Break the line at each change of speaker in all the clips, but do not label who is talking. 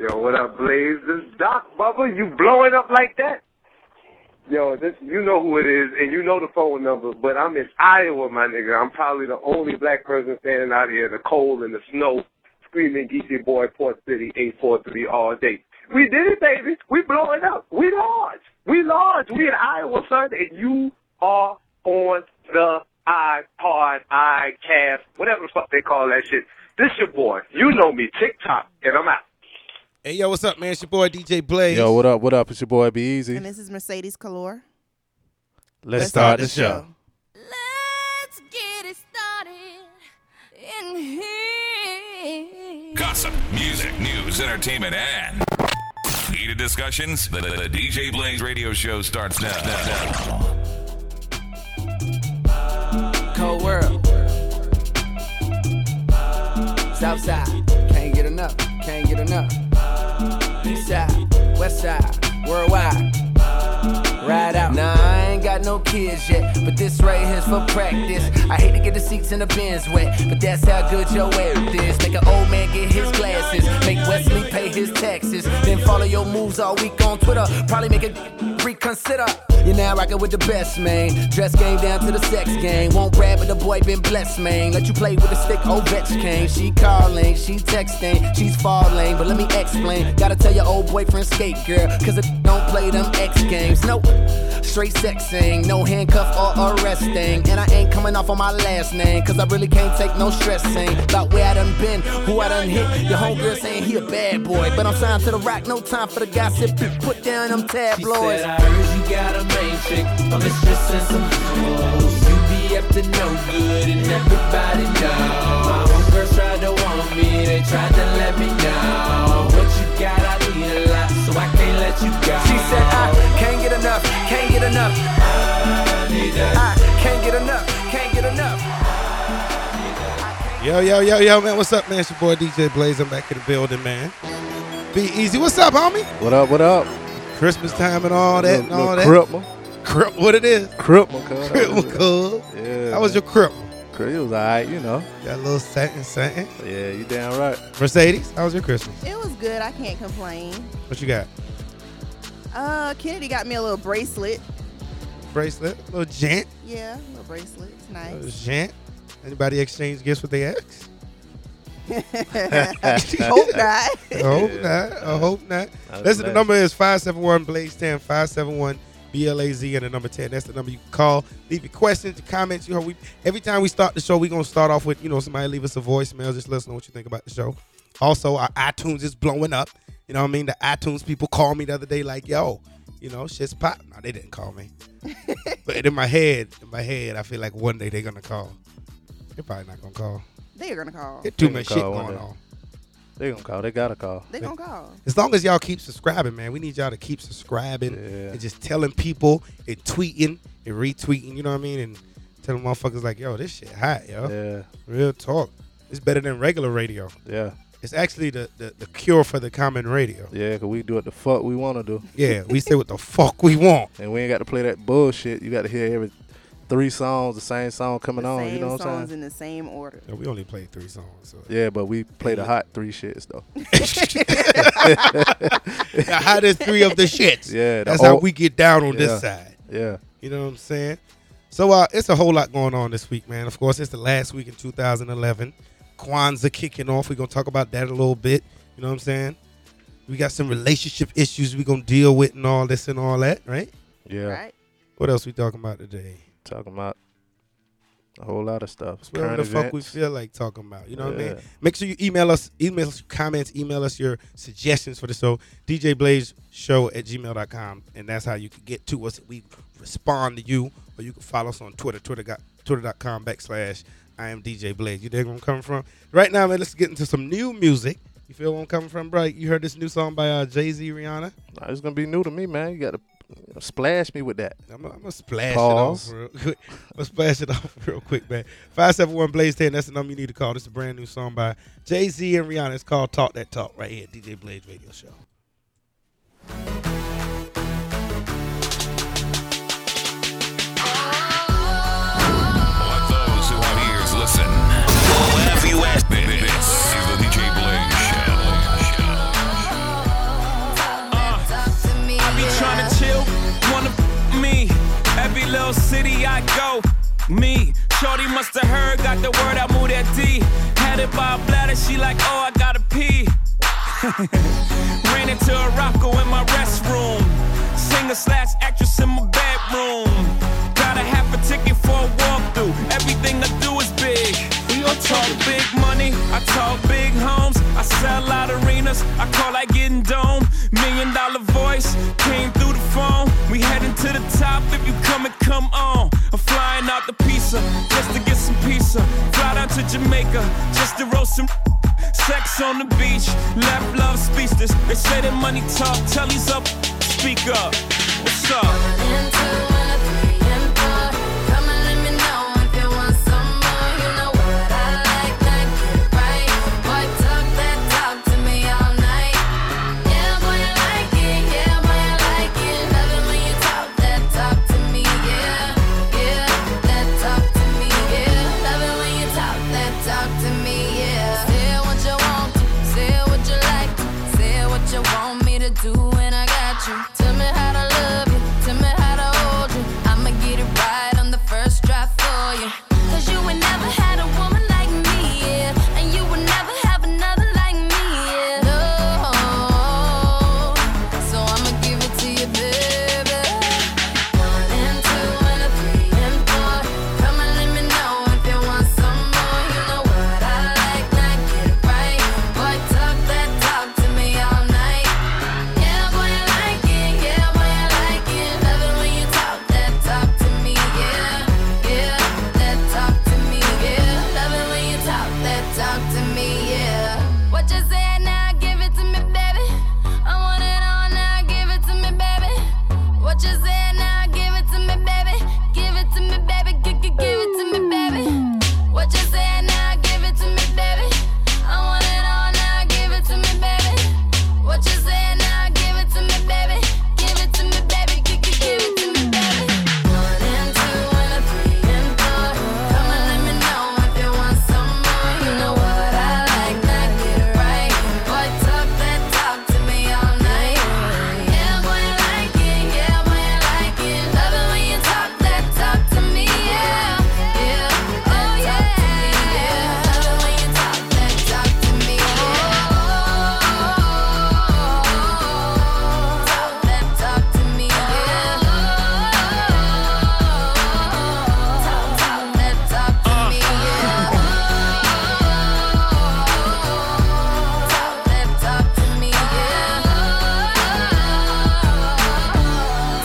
Yo, what up, Blaze? This Doc Bubba, you blowing up like that? Yo, this you know who it is, and you know the phone number. But I'm in Iowa, my nigga. I'm probably the only black person standing out here in the cold and the snow, screaming DC boy, Port City, eight four three all day. We did it, baby. We blowing up. We large. We large. We in Iowa, son, and you are on the iPod, iCast, whatever the fuck they call that shit. This your boy. You know me, TikTok, and I'm out.
Hey, yo, what's up, man? It's your boy DJ Blaze.
Yo, what up? What up? It's your boy Be Easy.
And this is Mercedes Calor.
Let's,
start the show.
Let's get it started in here.
Gossip, music, news, entertainment, and heated discussions. The, the- the DJ Blaze radio show starts now.
Cold world. Southside. Can't get enough. Can't get enough. East side. West side. Worldwide. Ride out. Nah, I ain't got no kids yet, but this right here's for practice. I hate to get the seats in the bins wet, but that's how good your act is. Make an old man get his glasses, make Wesley pay his taxes, then follow your moves all week on Twitter. Probably make a reconsider. You're now rockin' with the best, man. Dress game down to the sex game. Won't brag, but the boy been blessed, man. Let you play with a stick, oh, Ovechkin. She calling, she texting, she's falling, but let me explain. Gotta tell your old boyfriend skate, girl, cause it don't play them X games. Nope. Straight sexing, no handcuff or arresting. And I ain't coming off on my last name, cause I really can't take no stressing. About where I done been, who I done hit. Your homegirl saying he a bad boy, but I'm signed to the rock, no time for the gossip. Put down them
She
tabloids.
said, I heard you got a main chick, a mistress and some hoes. You be up to no good and everybody knows. My homegirls tried to want me, they tried to let me know. What you got, I need a lot, so I can't let you go.
She said, I can't get enough, can't get enough. I can't get enough, can't get enough.
Yo, yo, yo, yo, man. What's up, man? It's your boy DJ Blaze. I'm back in the building, man. Be easy. What's up, homie?
What up? What up?
Christmas time and all that and
Little-
all that.
little Cripple.
Crip, what it is.
Cripple, cuz.
Cripple, cuz.
Yeah.
How was your cripple?
Cripple. It was all right, you know.
Got a little satin, satin.
Yeah, you damn right.
Mercedes, how was your Christmas?
It was good. I can't complain.
What you got?
Uh, Kennedy got me a little bracelet.
Bracelet? Little gent?
Yeah, a little bracelet. It's
Little
nice.
gent? Anybody exchange gifts with their ex?
Hope not.
I hope not. I hope not.
That's
Listen, the
nice.
number is 571 Blaze 10, 571 BLAZ, and the number 10. That's the number you can call. Leave your questions, your comments. You know, we, every time we start the show, we're going to start off with, you know, somebody leave us a voicemail. Just let us know what you think about the show. Also, our iTunes is blowing up. You know what I mean? The iTunes people called me the other day, like, yo, you know, shit's pop. No, they didn't call me. but in my head, in my head, I feel like one day they're going to call. They're probably not going to call.
They're gonna call.
There's too
They
much
gonna
shit
call one
going
day.
on.
They gonna call. They gotta call.
They're gonna call.
As long as y'all keep subscribing, man, we need y'all to keep subscribing
Yeah.
and just telling people and tweeting and retweeting. You know what I mean? And telling motherfuckers like, "Yo, this shit hot, yo.
Yeah,
Real talk. It's better than regular radio.
yeah,
It's actually the the, the cure for the common radio.
yeah. Cause we do what the fuck we wanna do,
Yeah, we say what the fuck we want.
and we ain't got to play that bullshit. You got to hear every three songs, the same song coming
The
on.
same
You know what I'm
songs
saying?
in the same order.
No, we only played three songs. So.
Yeah, but we play the hot three shits though.
the hottest three of the shits.
Yeah, the
that's how
old-
we get down on
Yeah.
this side.
Yeah,
You know what I'm saying? So uh, it's a whole lot going on this week, man. Of course, it's the last week in 2011. Kwanzaa kicking off. We're gonna talk about that a little bit. You know what I'm saying? We got some relationship issues we're gonna deal with and all this and all that, right?
yeah.
Right?
What else we talking about today?
Talking about a whole lot of stuff.
It's Whatever the
Current
fuck we
events.
feel like talking about. You know what I mean?
Yeah.
Make sure you email us, email us your comments, email us your suggestions for the show. DJ Blaze Show at gmail.com. And that's how you can get to us. We respond to you. Or you can follow us on Twitter, Twitter got twitter.com backslash I am DJ Blaze. You dig where I'm coming from? Right now, man, let's get into some new music. You feel where I'm coming from, bro? You heard this new song by uh, Jay Z, Rihanna?
Nah, it's gonna be new to me, man. You got to you know, splash me with that.
I'm gonna splash
Pause.
it off real quick. I'm gonna splash it off real quick, man. Five seven one Blaze ten. That's the number you need to call. This is a brand new song by Jay Z and Rihanna. It's called Talk That Talk right here, at DJ Blaze Radio Show.
Let those who have ears listen. Laugh you at this. This is the DJ Blaze Show.
city I go. Me, Shorty must have heard, got the word I moved that D. Had it by a bladder, she like, oh, I gotta pee. Ran into a Rocco in my restroom. Singer slash actress in my bedroom. Got a half a ticket for a walkthrough. Everything I do is big. We all talk big money. I talk big homes. I sell out arenas. I call like getting dome. Million dollar voice came through the phone. We heading to the top. If you come and come on, I'm flying out the pizza just to get some pizza. Fly down to Jamaica just to roast some. Sex on the beach, left love speechless. They say that money talk, tell he's up, speak up. What's up?
Talk to me, yeah. Say what you want to, say what you like to, say what you want me to do when I got you. Tell me how to love you, tell me how to hold you. I'ma get it right on the first try for you. Cause you ain't never had a woman like me, yeah. And you would never have another like me, yeah. No. So I'ma give it to you, baby. One and two and a three and four. Come and let me know if you want some more. You know what I like, now get it right. Boy, talk that talk to me all night. Yeah, boy, I like it. Yeah, boy, I like it. Love it when you talk that talk to me. Yeah, yeah, that talk to me. Yeah, love it when you talk that talk to me. Yeah. What you said now? Give it to me, baby. I want it all now. Give it to me, baby. What you said now? Give it to me, baby. Give it to me, baby. G- g- give it to me, baby. What you said now? Give it to me, baby. I want it all now. Give it to me, baby. What you said now? Give it to me, baby. Give it to me, baby. G- g- give it to me, baby. One and two and a three and four. Come and let me know if you want some more. You know what I like, now get it right. Boy, talk that talk to me all night. Yeah, boy, I like it. Yeah, boy, I like it. Love it when you talk that talk to me. Yeah, yeah, oh yeah. Love it when you talk that talk to me. Oh, talk that talk to me. Yeah, talk that talk to me. Yeah, talk that talk to me. Yeah,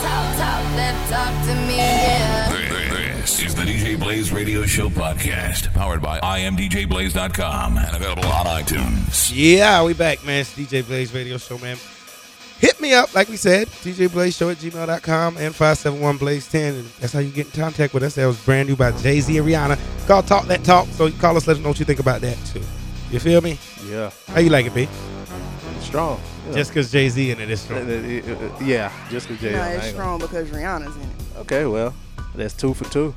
talk that talk to me. Yeah.
This is the DJ Blaze Radio Show podcast, powered by imdjblaze.com and available on iTunes.
Yeah, we back, man. It's DJ Blaze Radio Show, man. Hit me up, like we said, djblazeshow at gmail.com and 571blaze10. And that's how you get in contact with us. That was brand new by Jay-Z and Rihanna. It's called Talk That Talk. So you call us, let us know what you think about that, too. You feel me?
Yeah,
How you like it, B?
strong. Yeah.
Just because Jay-Z in it is
Uh,
strong.
uh, uh, yeah, just because Jay.
No, it's strong because Rihanna's in it.
Okay, well, that's two for two.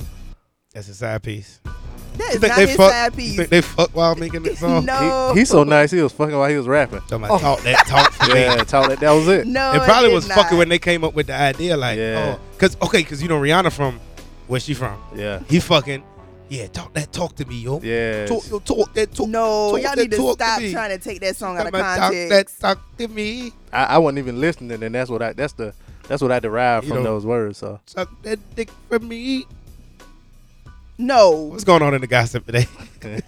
That's a side piece.
That
You
is
think
not
they
his
fuck?
side
You
piece.
think they fuck while making this song?
no, Oh.
He, he's so nice. He was fucking while he was rapping.
Talking about Talk That Talk for me.
Yeah, tell that that was it.
no,
it probably
did
was
not.
fucking when they came up with the idea, like,
Yeah.
oh, because okay, because you know Rihanna from where she from.
Yeah,
He fucking, yeah, talk that talk to me, yo.
Yes.
talk, yo, talk that talk.
No,
talk
y'all
that
need to
talk
stop
me.
trying to take that song out of
Come and
context.
Talk that talk to me,
I, I wasn't even listening, and that's what I that's the that's what I derived
You
from
know-
those words. So
suck that dick from me.
No.
What's going on in the gossip today?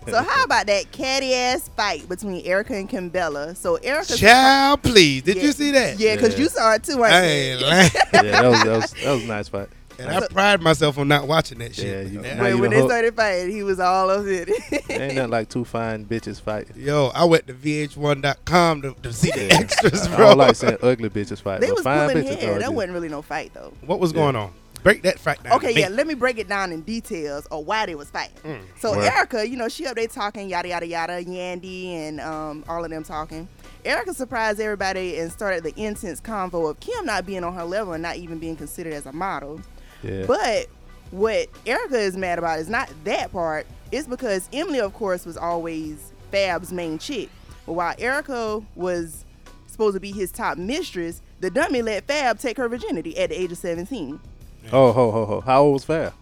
So how about that catty ass fight between Erica and Kimbella? So Erica,
Child, please. Did
Yeah.
you see that?
yeah, because
Yeah.
you saw it too.
I
I
ain't lying.
yeah, that was that was, that was a nice fight.
and I pride myself on not watching that shit.
Yeah, you-
man.
now you
when
done
they
hooked.
started fighting, he was all of it.
Ain't nothing like two fine bitches fighting.
Yo, I went to VH1.com to, to see the extras,
I
bro.
don't like saying ugly bitches fight,
they
but
was
fine
pulling
bitches.
hair.
are
That
good.
wasn't really no fight though.
what was going on? Break that fact down.
Okay,
to me.
yeah, let me break it down in details or why they was fighting. so
Mm, Word.
Erica, you know, she up there talking yada yada yada, Yandy and um, all of them talking. Erica surprised everybody and started the intense convo of Kim not being on her level and not even being considered as a model.
Yeah.
But what Erica is mad about is not that part. It's because Emily, of course, was always Fab's main chick. But while Erica was supposed to be his top mistress, the dummy let Fab take her virginity at the age of 17.
oh ho ho ho! How old was Fab?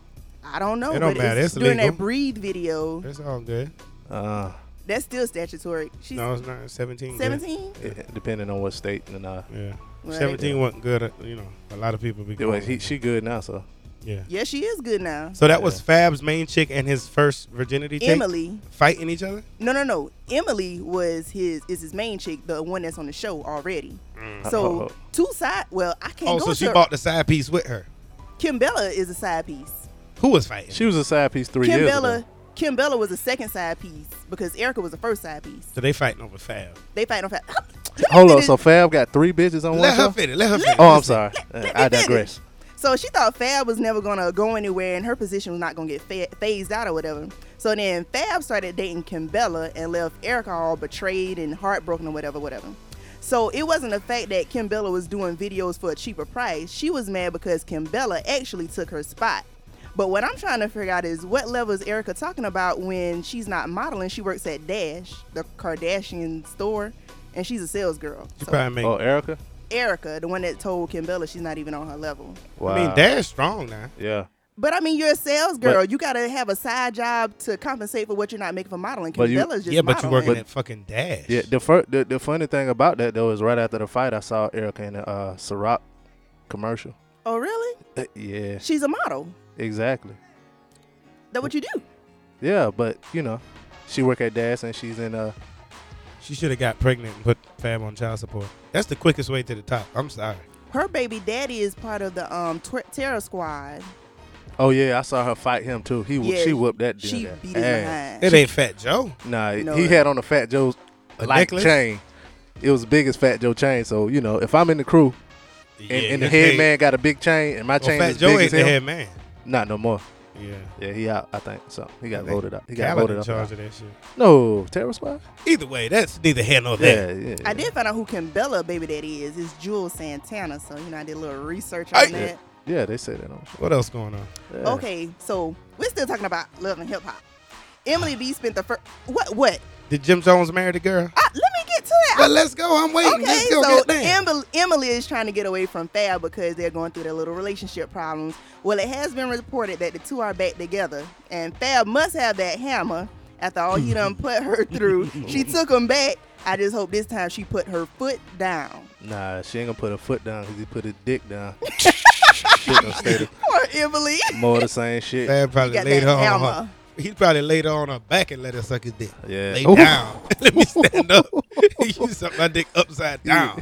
I don't know.
It don't
but
matter.
It's,
It's
during
illegal.
that breed video,
It's all good.
Uh,
that's still statutory. She's
No, it's not. 17. good.
17.
it- depending on what state and uh,
Yeah.
Right.
17 wasn't good. at- You know, a lot of people be
yeah, well,
going-
he, she good now. So
Yeah.
Yeah, she is good now.
So that was Fab's main chick and his first virginity take?
Emily.
Fighting each other?
No, no, no. Emily was his is his main chick, the one that's on the show already.
Oh,
So
oh.
two side. Well, I can't
Oh,
go
so
to
she
her.
bought the side piece with her.
Kim Bella is a side piece.
Who was fighting?
she was a side piece three
Kim
years
Bella.
ago.
Kim Bella was the second side piece because Erica was the first side piece.
So they fighting over Fab.
They fight on fact.
Hold up, so Fab got three bitches on one
Let her
show.
fit it. Let her fit it.
Oh, I'm sorry. Uh,
let me
I digress.
So she thought Fab was never gonna go anywhere, and her position was not gonna get fa- phased out or whatever. So then Fab started dating Kim Bella and left Erica all betrayed and heartbroken or whatever, whatever. So it wasn't the fact that Kim Bella was doing videos for a cheaper price. She was mad because Kim Bella actually took her spot. But what I'm trying to figure out is what level is Erica talking about when she's not modeling? She works at Dash, the Kardashian store, and she's a sales girl.
She
So
probably make,
Oh, Erica.
Erica, the one that told Kim Bella she's not even on her level.
Wow.
I mean, Dad's strong now.
Yeah.
But I mean, you're a sales girl.
But-
you gotta have a side job to compensate for what you're not making for modeling.
But
Because
you-
Bella's just
yeah, but you
modeling.
working at fucking Dash.
Yeah, the, fir- the the funny thing about that though is right after the fight, I saw Erica in the uh, Ciroc commercial.
Oh, really?
Uh, yeah,
She's a model.
exactly.
That what you do?
Yeah, but you know, she work at Dash and she's in uh
She should have got pregnant and put Fab on child support. That's the quickest way to the top. I'm sorry.
Her baby daddy is part of the um tw- terror squad.
oh yeah, I saw her fight him too. He wh-
Yeah,
she whooped that dude.
She
that
beat his
ass.
behind.
It ain't Fat Joe.
Nah,
No,
he
it-
had on a Fat Joe's
A
like
necklace?
chain. It was big as Fat Joe chain. So you know, if I'm in the crew and,
Yeah,
and the
that
head
thing-
man got a big chain and my
Well,
chain
Fat
is
Joe
big
ain't
as
the
him,
head man.
not no more.
Yeah.
Yeah, he out. I think so. He got
They-
voted out. He got
Khaled
voted
in
out.
charge of that shit.
No, terror squad.
Either way, that's neither here nor there.
Yeah, yeah.
I did find out who Kim Bella baby daddy is. It's Jules Santana. So you know, I did a little research
Hey.
on
Yeah,
that.
yeah, they said that on. the show.
What else going on?
Yeah.
Okay, so we're still talking about love and hip hop. Emily B spent the first. What? What?
Did Jim Jones marry the girl?
I, let me get to that.
Well, let's go. I'm waiting.
Okay,
let's go.
so
get down.
Emily, Emily is trying to get away from Fab because they're going through their little relationship problems. Well, it has been reported that the two are back together, and Fab must have that hammer after all he done put her through. She took him back. I just hope this time she put her foot down.
Nah, she ain't gonna put her foot down because he put his dick down. Shit gonna stay the-
Poor Emily.
more of the same shit.
Fab
You
probably
got
laid her
that
on her.
hammer.
He probably laid her on her back and let her suck his dick.
Yeah.
Lay
Ooh.
down. let me stand up. you suck my dick upside down.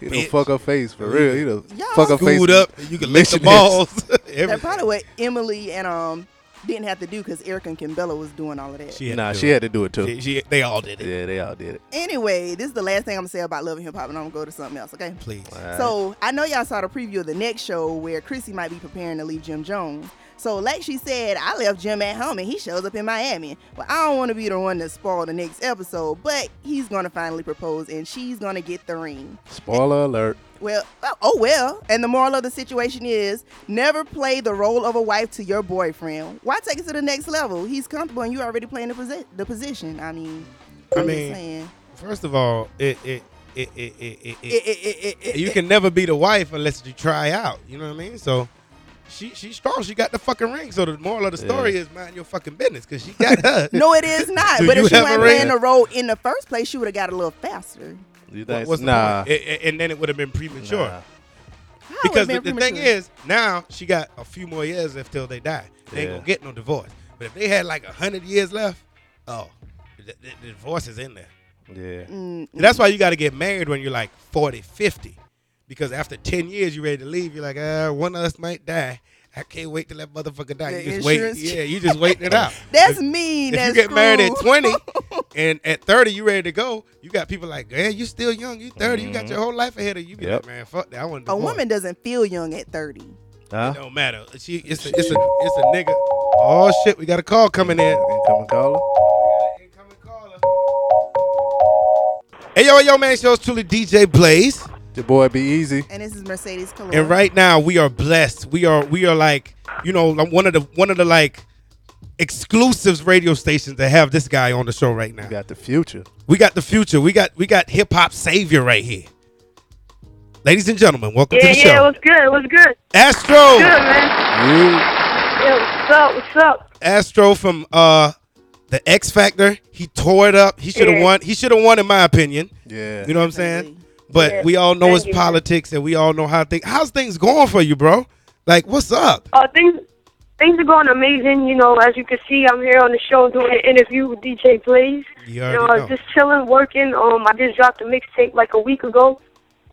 He
bitch.
done fuck her face for real. He done
Y'all
fuck her face.
Screwed up. You can lick the
Missionary.
balls.
That's
Everything.
probably what Emily and um didn't have to do because Erica and Kimbella was doing all of that.
had
Nah,
to do
she
it.
had to do it too.
She- she- they all did it.
Yeah, they all did it.
anyway, this is the last thing I'm gonna say about love and hip hop, and I'm gonna go to something else. Okay.
Please.
So I know y'all saw the preview of the next show where Chrissy might be preparing to leave Jim Jones. So like she said, I left Jim at home and he shows up in Miami. Well, I don't want to be the one to spoil the next episode, but he's gonna finally propose and she's gonna get the ring.
Spoiler alert.
Well, oh, oh well. And the moral of the situation is never play the role of a wife to your boyfriend. Why take it to the next level? He's comfortable and you already playing the, posi- the position. I mean,
I
I'm just
mean,
saying.
First of all, it it it it it, it,
It-
it,
it- it- it-
you can never be the wife unless you try out. You know what I mean? So she she's strong. She got the fucking ring. So the moral of the story is mind your fucking business because she got her.
No, it is not.
Do
but
you
if she
have a
wasn't
ring?
playing the role in the first place, she would have got a little faster.
You
What-
think?
what's the
nah.
point? A- a- and then it would have been premature.
Nah.
How
Because the,
it
the
been
thing
premature?
is, now she got a few more years left till they die. They ain't
Yeah.
gonna get no divorce. But if they had like a hundred years left, oh, the, the- the divorce is in there.
Yeah.
And that's why you got to get married when you're like 40, 50. Because after 10 years, you're ready to leave. You're like, uh, one of us might die. I can't wait till that motherfucker die.
The
you just wait.
insurance-
Yeah, you just waiting it out.
that's
If-
mean.
If
that's
you get married at
cruel.
20 and at 30, you ready to go, you got people like, man, you still young. You 30. You got your whole life ahead of you. You be
Yep.
like, man, fuck that. I want
a woman doesn't feel young at thirty.
Huh?
It don't matter. She, it's, a, it's, a, it's a nigga. Oh, shit. We got a call coming in.
Incoming caller.
Hey, yo, yo, man. It's yours truly, DJ Blaze.
Your boy be easy.
And this is Mercedes Calor.
And right now we are blessed. We are we are like you know like one of the one of the like exclusives radio stations that have this guy on the show right now.
You got the future.
We got the future. We got we got hip hop savior right here. Ladies and gentlemen, welcome to the show.
good? What's good?
Astro,
man.
You
Yeah, what's up? What's up?
Astro from uh the X Factor. He tore it up. He should have
Yeah.
won. He should have won, in my opinion.
Yeah.
You know what I'm saying? But
Yeah.
we all know it's
Thank you.
politics, and we all know how things. How's things going for you, bro? Like, what's up?
Uh, things things are going amazing. You know, as you can see, I'm here on the show doing an interview with DJ Blaze.
You
You know,
already know.
just chilling, working. Um, I just dropped a mixtape like a week ago.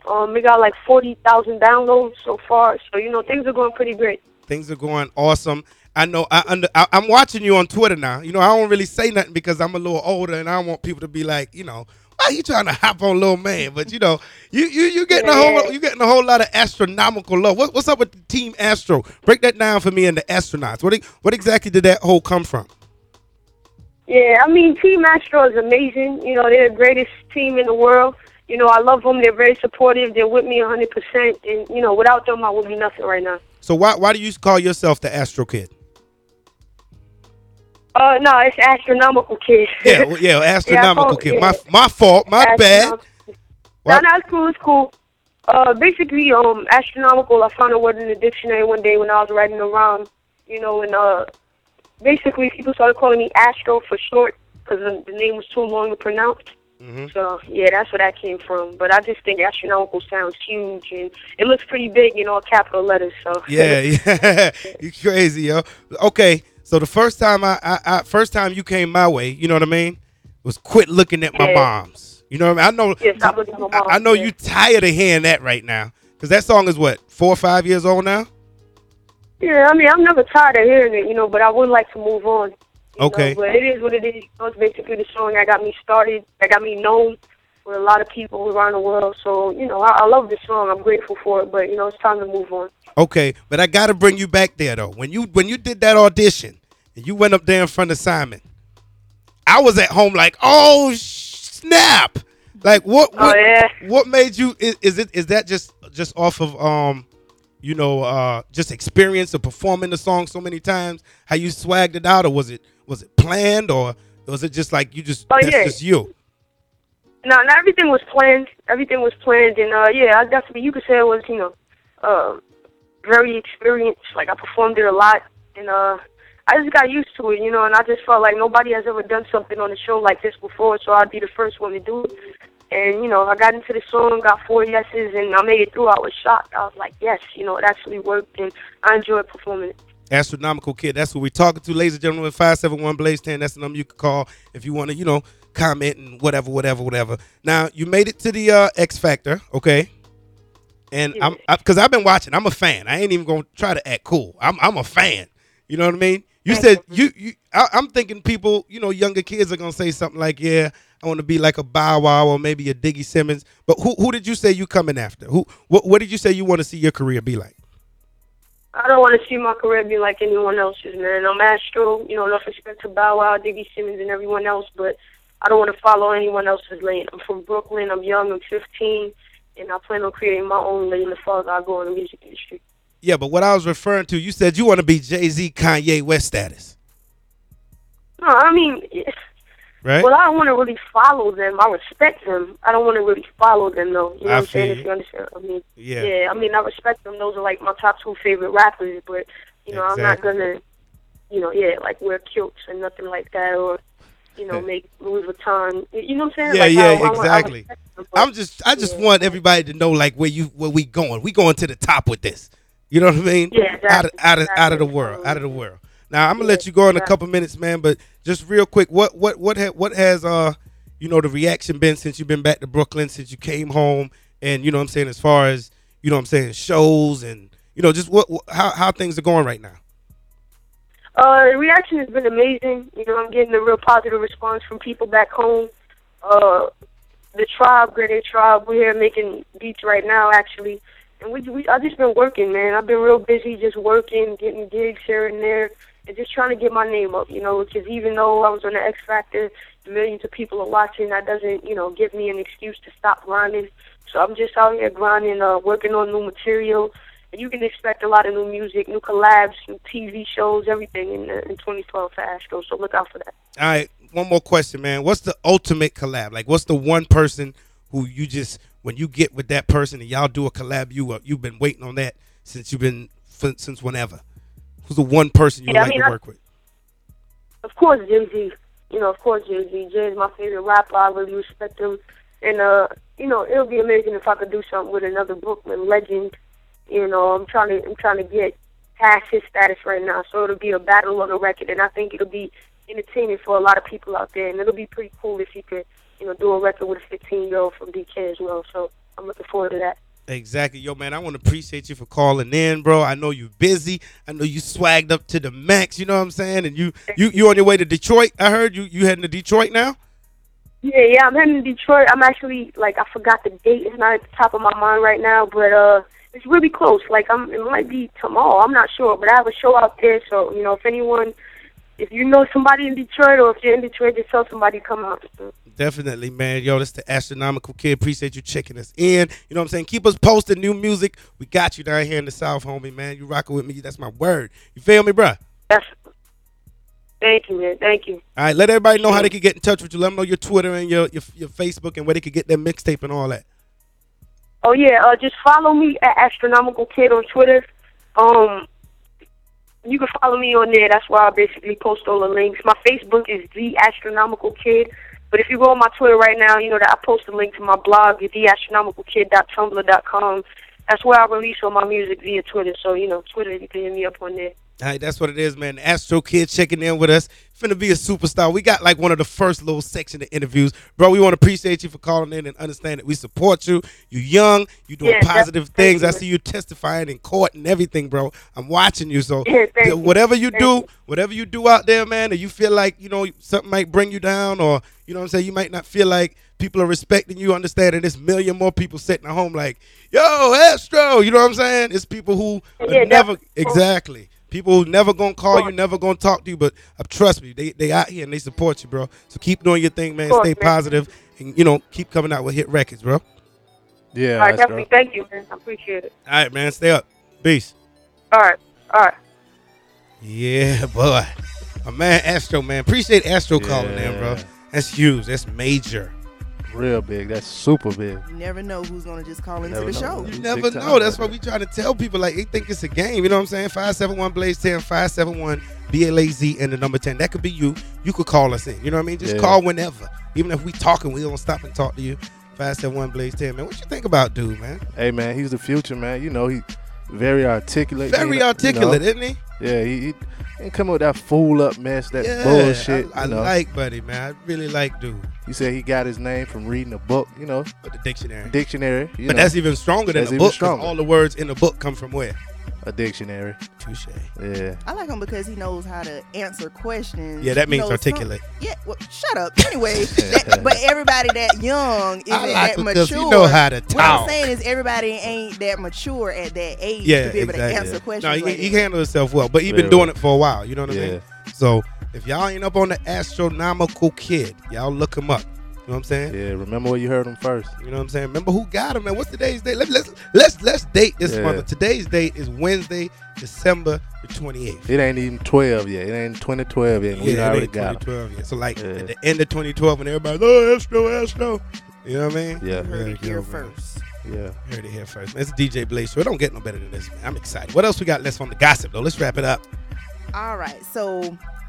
Um, it got like forty thousand downloads so far. So you know, things are going pretty great.
Things are going awesome. I know. I under. I, I'm watching you on Twitter now. You know, I don't really say nothing because I'm a little older, and I don't want people to be like, you know, why you trying to hop on little man? But you know, you you you getting a whole
Yeah.
you getting a whole lot of astronomical love. What, what's up with the Team Astro? Break that down for me and the astronauts. What e- what exactly did that whole come from?
Yeah, I mean, Team Astro is amazing. You know, they're the greatest team in the world. You know, I love them. They're very supportive. They're with me 100%. And, you know, without them, I would be nothing right now.
So why why do you call yourself the Astro Kid?
Uh, no, it's astronomical, kid.
Yeah, well, yeah, astronomical
call-
kid.
yeah.
My my fault, my bad.
Astronomical. No,
What?
no, it's cool. It's cool. Uh, basically, um, astronomical. I found a word in the dictionary one day when I was writing around, you know, and uh, basically people started calling me Astro for short because the, the name was too long to pronounce.
Mm-hmm.
So yeah, that's where that came from. But I just think astronomical sounds huge and it looks pretty big in all capital letters. So
Yeah, yeah, you crazy, yo. Okay, so the first time I, I, I first time you came my way, you know what I mean, was quit looking at my
Yeah.
mom's. You know what I mean? I know.
Yeah, stop looking at my
I- I
mom's,
know
yeah.
you tired of hearing that right now because that song is what four or five years old now.
yeah, I mean I'm never tired of hearing it, you know, but I would like to move on. you
Okay.
know, but it is what it is. You know, it's basically the song that got me started, that got me known with a lot of people around the world. So, you know, I, I love this song. I'm grateful for it, but, you know, it's time to move on.
Okay, but I gotta bring you back there though. When you when you did that audition and you went up there in front of Simon, I was at home like, oh snap! Like what?
Oh,
what
yeah.
What made you? Is, is it? Is that just just off of um, you know, uh, just experience of performing the song so many times? How you swagged it out, or was it was it planned, or was it just like you just
Oh,
that's
yeah.
just you?
No, no, everything was planned. Everything was planned, and uh, yeah, I definitely you could say I was, you know, uh, very experienced. Like I performed it a lot, and uh, I just got used to it, you know. And I just felt like nobody has ever done something on the show like this before, so I'd be the first one to do it. And you know, I got into the song, got four yeses, and I made it through. I was shocked. I was like, yes, you know, it actually worked, and I enjoyed performing it.
Astronomical Kid. That's what we're talking to, ladies and gentlemen. 571 Blaze 10. That's the number you can call if you want to, you know, comment and whatever, whatever, whatever. Now, you made it to the uh, X Factor, okay? And I'm, because I've been watching, I'm a fan. I ain't even going to try to act cool. I'm, I'm a fan. You know what I mean? You said, you, you I, I'm thinking people, you know, younger kids are going to say something like, yeah, I want to be like a Bow Wow or maybe a Diggy Simmons. But who, who did you say you coming after? Who, what, what did you say you want to see your career be like?
I don't want to see my career be like anyone else's, man. I'm Astro, you know, enough respect to Bow Wow, Diggy Simmons, and everyone else, but I don't want to follow anyone else's lane. I'm from Brooklyn. I'm young. I'm 15, and I plan on creating my own lane as far as I go in the music industry.
Yeah, but what I was referring to, you said you want to be Jay Z, Kanye West status,
No, I mean, it's-
right?
well, I don't want to really follow them. I respect them. I don't want to really follow them, though. You know
I
what I'm saying?
feel
If
you.
you understand, I mean,
Yeah.
I mean, I respect them. Those are like my top two favorite rappers, but you know, I'm not
Exactly.
gonna, you know, yeah, like wear kilts and nothing like that, or you know, make Louis Vuitton. You know what I'm saying?
yeah,
like,
yeah,
I- I want- I
exactly.
respect them, but-
I'm just, I just want everybody to know like where you, where we going. We going to the top with this. You know what I mean?
Yeah, exactly,
Out of, out of, out of the
exactly.
world, out of the world. Now I'm gonna let you go in a couple minutes, man. But just real quick, what, what, what, ha- what has uh, you know, the reaction been since you've been back to Brooklyn, since you came home, and you know what I'm saying, as far as you know what I'm saying, shows and you know, just what, what how, how things are going right now.
Uh, the reaction has been amazing. You know, I'm getting a real positive response from people back home. Uh, the tribe, Great A Tribe, we're here making beats right now, actually. And we, we, I've just been working, man. I've been real busy, just working, getting gigs here and there, and just trying to get my name up. You know, because even though I was on the X Factor, millions of people are watching. That doesn't, you know, give me an excuse to stop grinding. So I'm just out here grinding, uh, working on new material. And you can expect a lot of new music, new collabs, new TV shows, everything in, uh, in 2012 for Astro. So look out for that.
All right, one more question, man. What's the ultimate collab? Like, what's the one person who you just when you get with that person and y'all do a collab, you uh, you've been waiting on that since you've been f- since whenever. Who's the one person you
Yeah, I
like
mean,
to
I-
work with?
Of course, Jay Z. You know, of course, Jay Z. Jay is my favorite rapper. I really respect him. And, uh, you know, it would be amazing if I could do something with another Brooklyn legend. You know, I'm trying to, I'm trying to get past his status right now. So it'll be a battle on the record, and I think it'll be entertaining for a lot of people out there. And it'll be pretty cool if you could, you know, do a record with a 15 year old from DK as well. So I'm looking forward to that.
Exactly. Yo, man, I want to appreciate you for calling in, bro. I know you're busy. I know you swagged up to the max, you know what I'm saying? And you you you on your way to Detroit. I heard you you heading to Detroit now?
Yeah, yeah, I'm heading to Detroit. I'm actually like I forgot the date. It's not at the top of my mind right now, but uh, it's really close. Like I'm, it might be tomorrow. I'm not sure, but I have a show out there. So you know, if anyone, if you know somebody in Detroit or if you're in Detroit, just tell somebody to come out.
Definitely, man. Yo, that's the astronomical kid. Appreciate you checking us in. You know what I'm saying? Keep us posting new music. We got you down here in the South, homie, man. You rocking with me. That's my word. You feel me, bruh?
Thank you, man. Thank you.
All right, let everybody know how they can get in touch with you. Let them know your Twitter and your your, your Facebook and where they could get their mixtape and all that.
Oh yeah, uh, just follow me at Astronomical Kid on Twitter. Um, you can follow me on there. That's where I basically post all the links. My Facebook is the Astronomical Kid, but if you go on my Twitter right now, you know that I post a link to my blog, theastronomicalkid.tumblr.com. That's where I release all my music via Twitter. So you know, Twitter, you can hit me up on there.
All right, that's what it is, man. Astro Kid checking in with us. Finna be a superstar. We got like one of the first little section of interviews. Bro, we want to appreciate you for calling in and understand that we support you. You young, you doing
Yeah,
positive
definitely.
things. I see you testifying in court and everything, bro. I'm watching you. So
Yeah, thank
yeah,
you.
whatever you
Thank
do,
you.
whatever you do out there, man, and you feel like, you know, something might bring you down or you know what I'm saying, you might not feel like people are respecting you, understanding there's million more people sitting at home like, yo, Astro, you know what I'm saying? It's people who are
Yeah,
never
definitely.
exactly. People who never gonna call you, never gonna talk to you, but uh, trust me, they they out here and they support you, bro. So keep doing your thing, man.
Of course,
Stay
man.
positive, and you know keep coming out with hit records, bro.
Yeah,
all right, definitely. Thank you, man. I appreciate it.
All right, man. Stay up, peace.
All right, all right.
Yeah, boy. My man Astro, man. Appreciate Astro calling in, bro. That's huge. That's major.
Real big. That's super big.
Never know who's gonna just call into
Never
the
know.
show.
You
You never
time
know. That's why we try to tell people. Like they think it's a game. You know what I'm saying? Five seven one blaze ten five seven one B L A Z and the number ten. That could be you. You could call us in. You know what I mean? Just
Yeah.
call whenever. Even if we talking, we don't stop and talk to you. Five seven one blaze ten. Man, what you think about dude, man?
Hey man, he's the future man. You know he very articulate.
Very
you know-
articulate,
you know.
isn't he?
Yeah, he, he and come up with that fool up mess, that
Yeah,
bullshit.
I- I
you know.
like buddy, man. I really like dude.
You said he got his name from reading a book. You know,
the dictionary.
Dictionary. You
but
know.
that's even stronger than
That's
the
even
book. 'cause
stronger.
All the words in the book come from where?
a dictionary.
Touche.
Yeah.
I like him because he knows how to answer questions.
Yeah, that
He
means
knows
articulate.
some- yeah, well, shut up. Anyway, that- but everybody that young isn't
like
that
him 'cause he
mature.
know how to
What I'm
talk.
saying is everybody ain't that mature at that age
Yeah,
to be able
exactly.
to answer questions.
No, he,
like
he
that.
handled himself well, but he been
Yeah.
doing it for a while. You know what I
Yeah.
mean? So if y'all ain't up on the astronomical kid, y'all look him up. You know what I'm saying?
Yeah. Remember where you heard him first.
You know what I'm saying? Remember who got him, man? What's today's date? Let, let's let's let's date this
Yeah.
month. Today's date is Wednesday, December the 28th.
It ain't even twelve yet. It ain't twenty twelve yet. and we
it
already
ain't
got him.
2012 yet. So like at the end of 2012, and everybody, oh Astro, Astro. You know what I mean?
Yeah. You heard
it here
Yeah, man.
first.
Yeah.
Heard it here first. It's DJ Blaze. So it don't get no better than this. Man. I'm excited. What else we got left on the gossip though? Let's wrap it up.
All right, so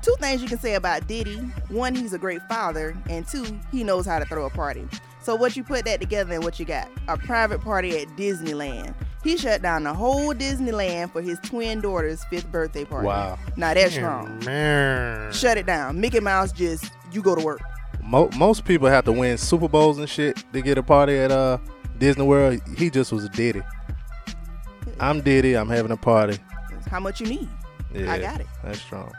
two things you can say about Diddy: one, he's a great father, and two, he knows how to throw a party. So what you put that together and what you got? A private party at Disneyland. He shut down the whole Disneyland for his twin daughter's fifth birthday party.
Wow.
Now that's
Yeah,
wrong.
Man.
Shut it down. Mickey Mouse just you go to work.
Mo- most people have to win Super Bowls and shit to get a party at uh Disney World. He just was Diddy. I'm Diddy. I'm having a party.
That's how much you need.
Yeah,
I got it.
That's strong.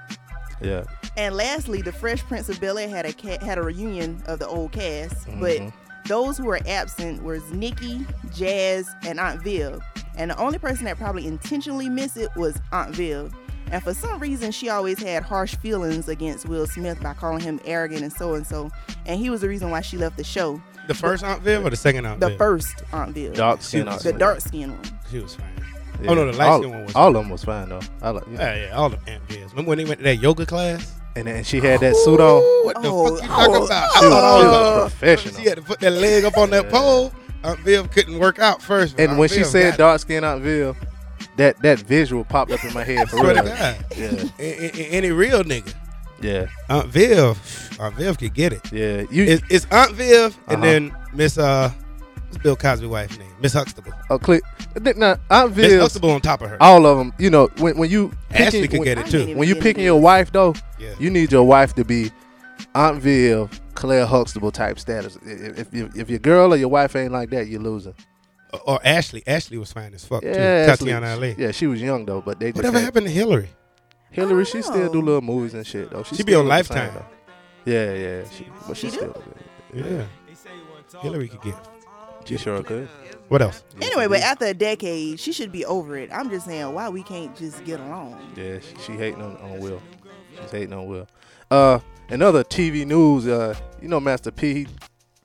Yeah.
And lastly, the Fresh Prince of Bel Air had a ca- had a reunion of the old cast,
Mhm.
but those who were absent was Nikki, Jazz, and Aunt Viv. And the only person that probably intentionally missed it was Aunt Viv. And for some reason, she always had harsh feelings against Will Smith by calling him arrogant and so and so. And he was the reason why she left the show.
The first Aunt Viv or the second Aunt
The
Viv?
first Aunt Viv.
Dark skin Aunt
The
Viv.
dark skin one.
She was fine.
Yeah.
Oh no, the light
all,
skin one was.
All of them was fine though. I like.
Yeah, yeah, all of Aunt Viv's. Remember when they went to that yoga class?
And then she had that suit on.
What the fuck you talking about?
Oh, She was, she was
Oh.
a professional.
She had to put that leg up on that pole. Aunt Viv couldn't work out first.
And
Aunt
when she
Viv
said
got
dark skin Aunt Viv, that that visual popped up in my head for
Swear
real.
to God.
Yeah,
A- a- a- Any real nigga.
yeah,
Aunt Viv. Aunt Viv could get it.
yeah. You
It's, it's Aunt Viv
Uh-huh.
and then Miss uh what's Bill Cosby wife's name? Miss Huxtable.
a click. Now,
Miss
Aunt Viv, Uh-huh.
Huxtable on top of her.
all of them. You know, when when you
Ashley could
when-
get it too.
when
Really
you picking
good.
your wife though,
Yeah.
you need your wife to be Aunt Viv, Claire Huxtable type status. I- If if, you- if your girl or your wife ain't like that, you're losing.
Or- Or Ashley. Ashley was fine as fuck
Yeah,
too.
Ashley-
Tatiana Ali.
Yeah, she was young though, but they just
Whatever
had-
happened to Hillary?
Hillary,
I
she
don't
still
know.
do little movies and shit though. She,
She be
still
on
look the same,
Lifetime.
though. Yeah, yeah, she, but she,
She do?
still.
Yeah. Hillary could get it.
She sure could.
What else?
Anyway, but after a decade, she should be over it. I'm just saying why we can't just get along.
Yeah, she, she hating on, on Will. She's hating on Will. Uh, another TV news. Uh, you know, Master P he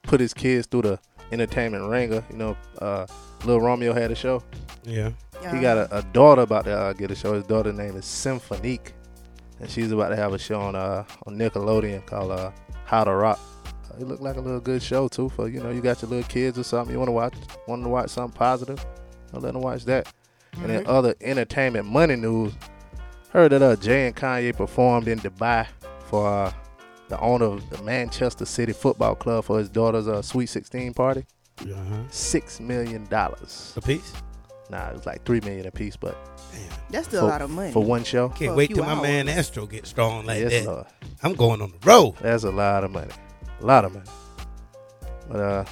put his kids through the entertainment ringer. You know, uh, Lil Romeo had a show.
Yeah.
He got a, a daughter about to uh, get a show. His daughter name is Symphonique, and she's about to have a show on uh on Nickelodeon called uh How to Rock. Uh, it looked like a little good show too for you know you got your little kids or something you want to watch want to watch something positive. I'll let them watch that. And then other entertainment money news. Heard that uh Jay and Kanye performed in Dubai for uh, the owner of the Manchester City Football Club for his daughter's uh, Sweet 16 party.
Uh-huh.
Six million dollars.
A piece?
Nah, it was like three million a piece, but
That's still
for,
a lot of money.
for one show.
Can't
For a
wait
few
till my man
hours.
Astro gets strong like
yes,
that.
Lord.
I'm going on the road.
That's a lot of money. A lot of money. But uh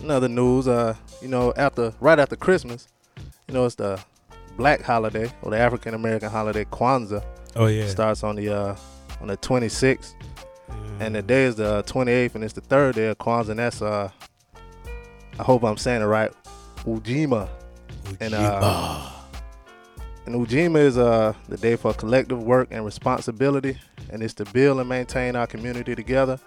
another news, uh, you know, after right after Christmas, you know, it's the black holiday or the African American holiday Kwanzaa
Oh yeah.
starts on the uh on the twenty sixth. And the day is the twenty eighth and it's the third day of Kwanzaa and that's uh I hope I'm saying it right. Ujima. And uh, and Ujima is uh, the day for collective work and responsibility, and it's to build and maintain our community together,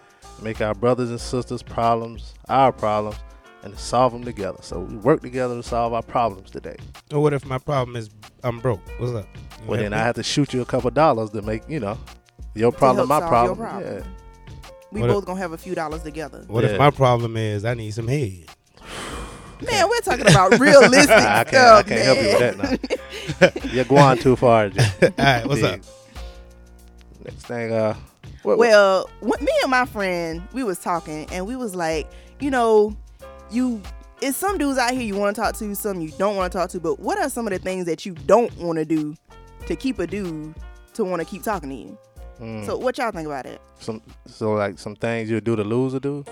make our brothers and sisters' problems our problems, and to solve them together. So we work together to solve our problems today.
Or what if my problem is I'm broke? What's up? You
Well, then I
help
have to shoot you a couple dollars to make you know your problem my
help solve your
problem.
problem.
Yeah.
we
what a-
both gonna have a few dollars together.
me? What
Yeah.
if my problem is I need some head?
Man, we're talking about realistic
I can't, I
stuff,
can't help you
man.
with that now. You're going too far. Jay.
All right, what's up?
Dig. Next thing, uh, what- what-
Well, wh- me and my friend, we was talking, and we was like, you know, you it's some dudes out here you want to talk to, some you don't want to talk to. But what are some of the things that you don't want to do to keep a dude to want to keep talking to you?
Hmm.
So what y'all think about it?
Some so like some things you'll do to lose a dude.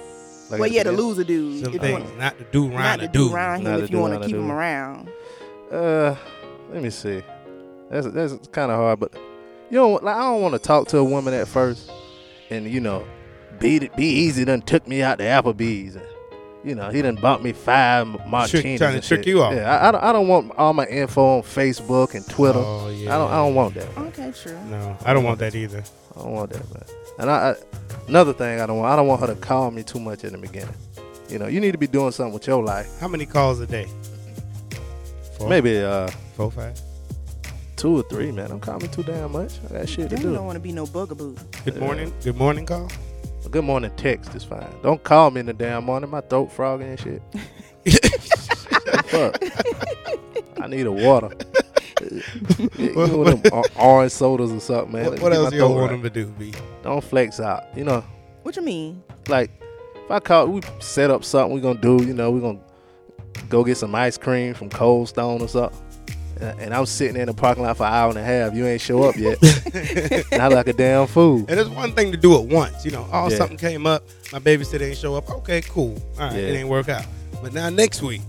Like
well,
at the
yeah, to
beginning?
lose a dude,
Some
if you
things
wanna-
not to do
not
round
to
to
do
do.
around
Not
him
to
if you
do
want
around
to
a
keep him
dude.
around.
Uh, let me see. That's that's kind of hard, but you don't like. I don't want to talk to a woman at first, and you know, be be easy. Done took me out to Applebee's, and you know, he done bought me five martinis.
trying to
and
trick
shit.
you off.
Yeah, I, I don't. I don't want all my info on Facebook and Twitter.
Oh,
I don't. I don't want that.
Okay, true.
No, I don't want that either.
I don't want that, man. And I, I another thing I don't want. I don't want her to call me too much in the beginning. You know, you need to be doing something with your life.
How many calls a day? Four,
Maybe uh,
four, five.
two or three, man. Don't call me too damn much. I got shit to
Then
do.
you don't want to be no bugaboo.
Uh,
Good morning. Good morning call.
A good morning text is fine. Don't call me in the damn morning. My throat frogging and shit. Fuck. I need a water. Get
What-
you one of them or- orange sodas or something, man.
What,
Let
what
me get
else
my
do y'all
throat
want
right.
him to do? B?
Don't flex out. You know,
What you mean?
like if I call, we set up something we gonna do. You know, we gonna go get some ice cream from Cold Stone or something. And and I'm sitting in the parking lot for an hour and a half. You ain't show up yet. Not like a damn fool.
And it's one thing to do it once. You know, oh,
Yeah.
something came up. My babysitter ain't show up. Okay, cool. All right,
Yeah.
it ain't work out. But now next week.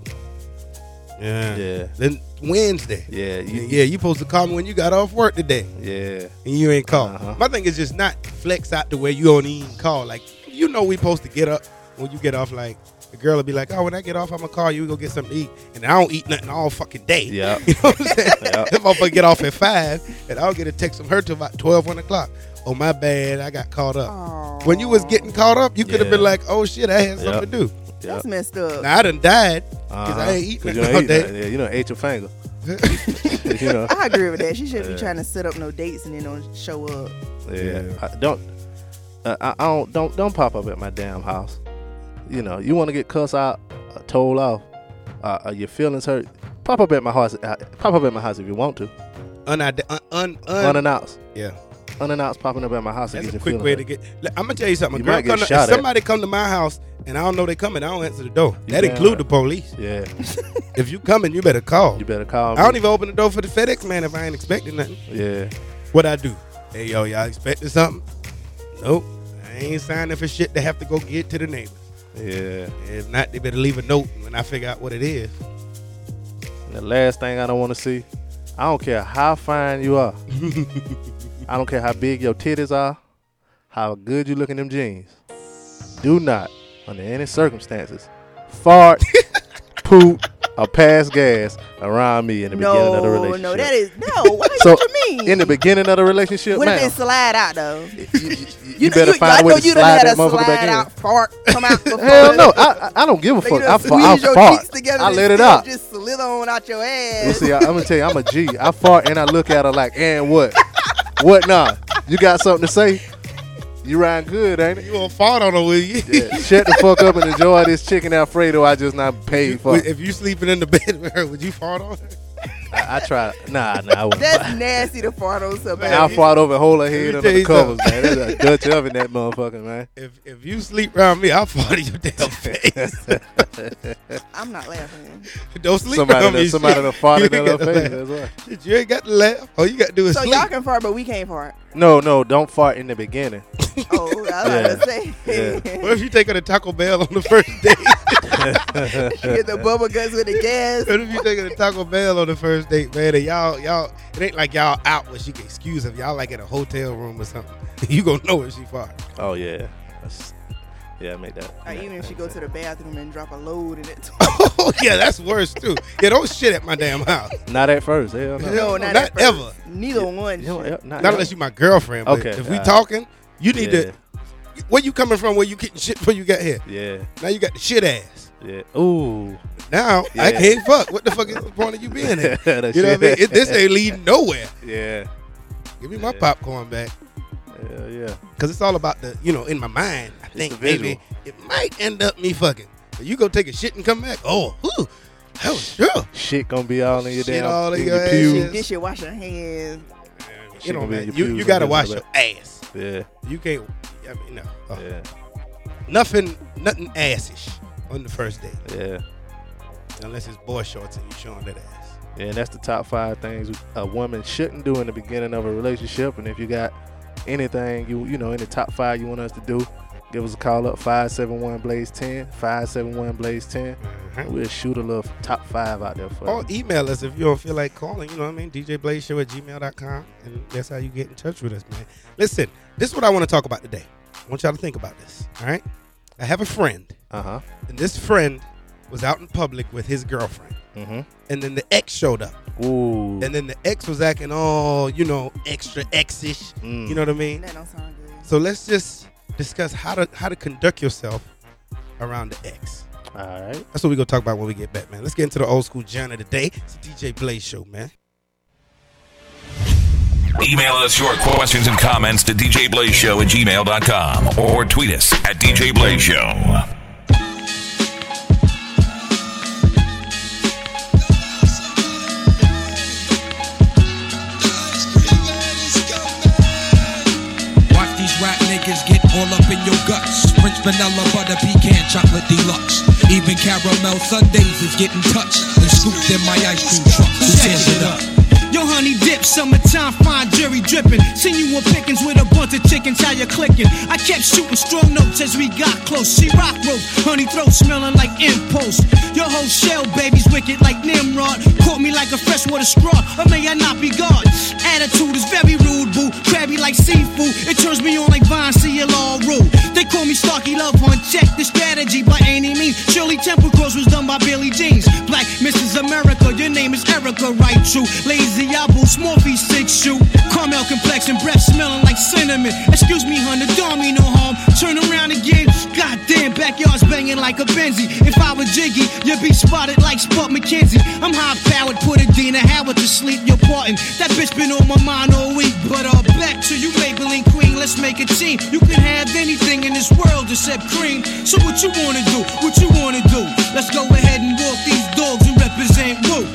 Yeah.
Yeah.
Then Wednesday.
Yeah, you-
yeah, you supposed to call me when you got off work today.
Yeah.
and you ain't call.
Uh-huh.
My thing is just not flex out the way you don't even call. Like you know we supposed to get up when you get off. Like the girl will be like, "Oh, when I get off, I'm gonna call you. We gonna get something to eat." And I don't eat nothing all fucking day.
Yeah.
you know what I'm saying.
Yeah.
If I get off at five, and I'll get a text from her till about 12, 1 o'clock. Oh my bad, I got caught up. When you was getting caught up, you could have
Yeah.
been like, "Oh shit, I had something
Yeah.
to do."
Yeah.
That's messed up.
Now I done died because
Uh-huh.
I ain't eating
'Cause
nothing
you
all
ain't
day.
eat nothing. Yeah, you know, ate your finger. you know,
I agree with that. She shouldn't be trying to set up no dates and then don't show up.
yeah. I don't, uh, I, I don't, don't, don't pop up at my damn house. You know, you want to get cussed out, uh, told off, uh, uh, your feelings hurt. Pop up at my house. uh, Pop up at my house if you want to.
Unide- un, un, un-
Unannounced.
Yeah.
Unannounced popping up at my house.
That's
and
a
get
quick
your
way to
feelings
get. I'm gonna tell you something. A
You
girl
might get
come to- if
shot at.
somebody come to my house and I don't know they coming, I don't answer the door.
You
that
damn
include
right.
the police.
hurt. Yeah.
If you coming, you better call.
You better call me.
I don't even open the door for the FedEx man if I ain't expecting nothing.
Yeah.
What I do? Hey yo, y'all expecting something? Nope. I ain't signing for shit. They have to go get to the neighbor.
Yeah.
If not, they better leave a note when I figure out what it is.
And the last thing I don't want to see, I don't care how fine you are. I don't care how big your titties are, how good you look in them jeans. Do not, under any circumstances, fart, poop, or pass gas around me in the beginning of the
No,
relationship.
no, that is no. What,
So,
what you mean?
in the beginning of the relationship,
what if
man,
it slide out though?
you, you- you better
I
find a
know
way to
you done
slide
had a
that motherfucker
slide
back
out
in.
fart come out before.
Hell no, I, I I don't give a
Like, you
fuck.
done
I, fa- I
squeeze your cheeks
fart.
together
I
and
let it
still
out.
Just slither on out your ass.
You see, I, I'm gonna tell you, I'm a G. I fart and I look at her like, and what? What now? You got something to say? You riding good, ain't it?
You won't fart on her, will you?
Yeah. Shut the fuck up and enjoy this chicken Alfredo I just not paid for.
If you sleeping in the bed with her, would you fart on her?
I, I try. Nah, nah, I wouldn't.
That's nasty to fart on somebody.
Man, I fart over and hold her head
me
under
tell
the
you
covers, man. That's a Dutch oven, that motherfucker, man.
If if you sleep around me, I'll fart in your damn face.
I'm not laughing.
Don't sleep
Somebody
around me.
done, somebody done farted in her
ain't gotta
face.
laugh.
That's why.
Shit, You ain't got to laugh. All you got to do is
So
sleep.
y'all can fart, but we can't fart.
No, no, don't fart in the beginning.
Oh, I was about
Yeah.
to say.
what if you take her to Taco Bell on the first date?
Get the bubble guts with the gas.
what if you take her to Taco Bell on the first date, man? And y'all, y'all, it ain't like y'all out where she can excuse if y'all like in a hotel room or something. You gonna know if she fart.
Oh yeah, That's- yeah, I make that.
Or even if she go to the bathroom and drop a load in it.
oh yeah, that's worse too. Yeah, don't shit at my damn house.
Not at first, hell no.
No,
not
not, at first.
ever.
Neither one.
You know,
should.
not, not
Not unless you my girlfriend. But
Okay,
If we
alright.
talking, you need
Yeah.
to. Where you coming from? Where you getting shit before you got here?
Yeah,
Now you got the shit ass.
yeah. Ooh.
Now I
Yeah.
can't fuck. What the fuck is the point of you being there?
That
you know what I mean?
shit.
It, this ain't leading nowhere.
Yeah.
Give me my popcorn back.
Hell yeah.
Cause it's all about the, you know, in my mind. I think
the visual.
maybe it might end up me fucking. But you go take a shit and come back. Oh, whew, that was sure.
Shit gonna be all in your
Shit
damn
all in
in
your
your
ass,
pews.
You should wash your hands.
You
Shit
know,
gonna be
man,
in your
you,
pews
you
and
gotta
this
wash
and
your ass.
Yeah,
You can't. I mean, no, Uh,
yeah,
nothing, nothing assish on the first date
yeah.
unless it's boy shorts and you showing that ass.
Yeah, and that's the top five things a woman shouldn't do in the beginning of a relationship. And if you got anything you you know any top five you want us to do, give us a call up five seven one blaze ten five seven one blaze 10
Mhm.
We'll shoot a little top five out there for
Or
you.
email us if you don't feel like calling. You know what I mean? DJBlazeShow at gmail.com. And that's how you get in touch with us, man. Listen, this is what I want to talk about today. I want y'all to think about this. All right? I have a friend,
Uh huh.
and this friend was out in public with his girlfriend.
Mm-hmm.
And then the ex showed up.
Ooh.
And then the ex was acting all, you know, extra ex ish.
Mm.
You know what I mean?
That don't sound good.
So let's just discuss how to how to conduct yourself around the ex.
all right.
That's what we're gonna talk about when we get back, man. Let's get into the old school genre today. It's the DJ Blaze show, man.
Email us your questions and comments to djblazeshow at gmail.com or tweet us at djblazeshow.
Watch these rap niggas get all up in your guts. French vanilla butter pecan chocolate deluxe. Even caramel sundaes is getting touched and scooped in my ice cream truck. Who tears it up?
Yo, honey dip, summertime, fine jury dripping. Seen you on pickings with a bunch of chickens, how you clicking? I kept shooting strong notes as we got close. She rock rope, honey throat smelling like impost. Your whole shell, baby's wicked like Nimrod. Caught me like a freshwater straw, or may I not be God? Attitude is very rude, boo. Crabby like seafood, it turns me on like Vine CLR rule. They call me Starky Love Hunt, check the strategy by any means. Shirley Temple Cross was done by Billy Jeans. Black Mrs. America, your name is Erica, right? True. Lazy Abu, small feet, six shoe. Caramel complexion, breath smelling like cinnamon. Excuse me, hun, the don't mean no harm. Turn around again. Goddamn, backyard's banging like a Benzie. If I were Jiggy, you'd be spotted like Spud McKenzie. I'm high powered, put a Dina Howard to sleep, you're parting. That bitch been on my mind all week, but uh, back to you, Maybelline Queen, let's make a team. You can have anything in this world except cream. So what you wanna do? What you wanna do? Let's go ahead and walk these dogs and represent Woo.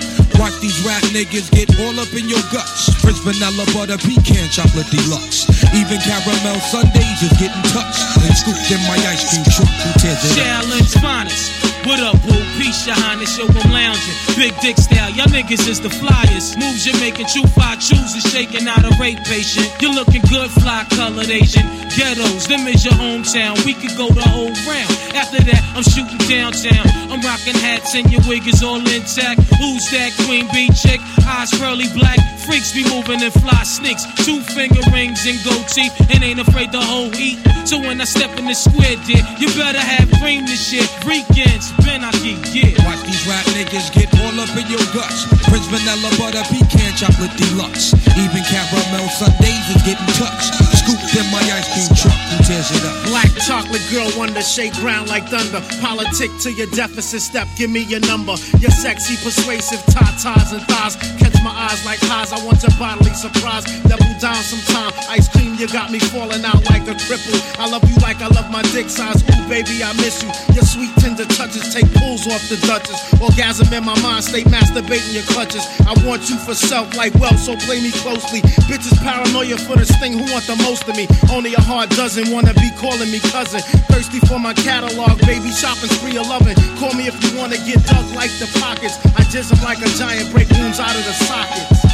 niggas get all up in your guts. Prince vanilla butter pecan chocolate deluxe. Even caramel sundaes is getting touched and scooped in my ice cream truck. Who tears it up?
Challenge finest. What up, boo? Peace, your highness. Yo, I'm lounging. Big dick style. Y'all niggas is the flyers. Moves you're making, true fly chooses, shaking out a rape patient. You're looking good, fly colored Asian. Ghettos, them is your hometown. We could go the whole round. After that, I'm shooting downtown. I'm rocking hats and your wig is all intact. Who's that queen bee chick? Eyes pearly black. Freaks be moving in fly sneaks. Two finger rings and gold teeth. And ain't afraid to whole eat. So when I step in the square, dear, you better have cream this shit. Weekends, been I get, yeah.
Watch these rap niggas get all up in your guts. Prince vanilla butter pecan chocolate deluxe. Even caramel sundaes is getting touched. Scooped in my ice cream truck. Who tears it up?
Black chocolate girl wonder, shake ground like thunder. Politic to your deficit step, give me your number. Your sexy, persuasive tatas and thighs. Catch my eyes like highs, I want your bodily surprise. Double down sometime. Ice cream, you got me falling out like a cripple. I love you like I love my dick size. Ooh, baby, I miss you. Your sweet, tender touches take pulls off the Duchess. Orgasm in my mind, stay masturbating your clutches. I want you for self like wealth, so play me closely. Bitches paranoia for this thing, who want the most of me? Only a hard dozen wanna be calling me cousin. Thirsty for my catalog, baby, shopping spree of loving. Call me if you wanna get dug like the pockets. I jizz 'em like a giant, break rooms out of the sockets.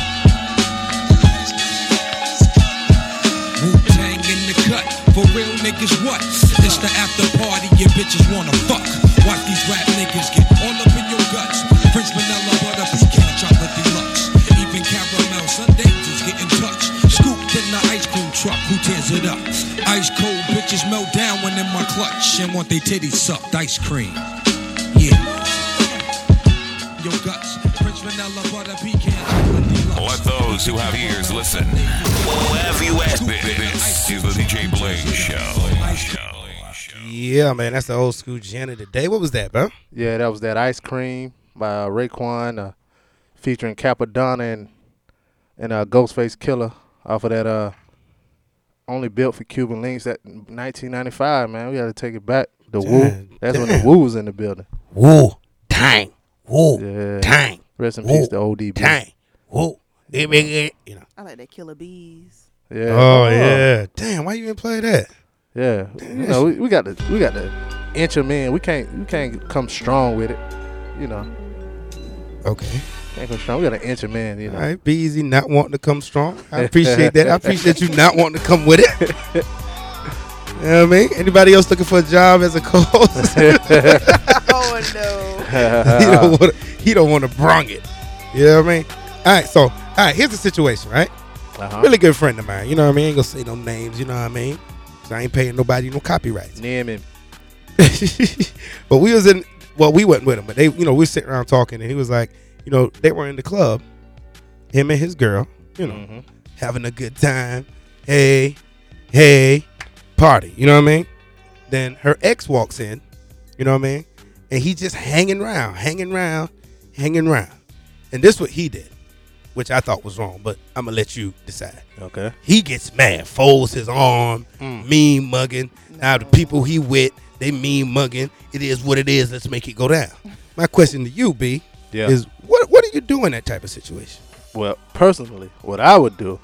Wu Tang in the cut. For real niggas, what? It's the after party, your bitches wanna fuck. Watch these rap niggas get all up in your guts. Prince Vanilla butter pecan chocolate deluxe. Even caramel sundaes is getting touched. Scooped in the ice cream truck, who tears it up? Ice cold bitches melt down when in my clutch and want they titties sucked. Ice cream, yeah. Your guts, Prince Vanilla butter pecan.
Let those who have ears listen. This is the DJ Blaze Show.
Yeah, man, that's the old school Janet of the day. What was that, bro?
Yeah, that was that ice cream by uh, Raekwon, uh, featuring Capadonna and and uh, Ghostface Killer off of that uh, only built for Cuban links that 1995. Man, we got to take it back. The
Damn,
Woo, that's when the
damn.
Woo was in the building.
Woo, tang, woo,
yeah.
tang,
Rest in
woo,
peace, the ODB.
tang, woo. They make it-
I like that Killer Bees.
Yeah.
Oh, yeah. Damn, why you even play that?
Yeah. you know, we, we got to we got to inch them in. We can't we can't come strong with it. You know.
Okay.
Can't come strong. We got to inch them in. You know.
All right, be easy, not wanting to come strong. I appreciate that. I appreciate you not wanting to come with it. You know what I mean? Anybody else looking for a job as a co-host?
Oh, no.
he don't want to. He don't want to brung it. You know what I mean? All right, so all right, here's the situation, right?
Uh-huh.
Really good friend of mine. You know what I mean? Ain't gonna say no names. You know what I mean? 'Cause I ain't paying nobody no copyrights.
Name him.
But we was in well, we wasn't with him, but they you know, we were sitting around talking and he was like, you know, they were in the club, him and his girl, you know, having a good time. Hey, hey, party. You know what I mean? Then her ex walks in, you know what I mean? And he just hanging around, hanging around, hanging around. And this what he did, which I thought was wrong, but I'm gonna let you decide.
Okay.
He gets mad, folds his arm, mean mugging. Now the people he with, they mean mugging. It is what it is. Let's make it go down. My question to you, B,
Yeah.
is what what do you do in that type of situation?
Well, personally, what I would do,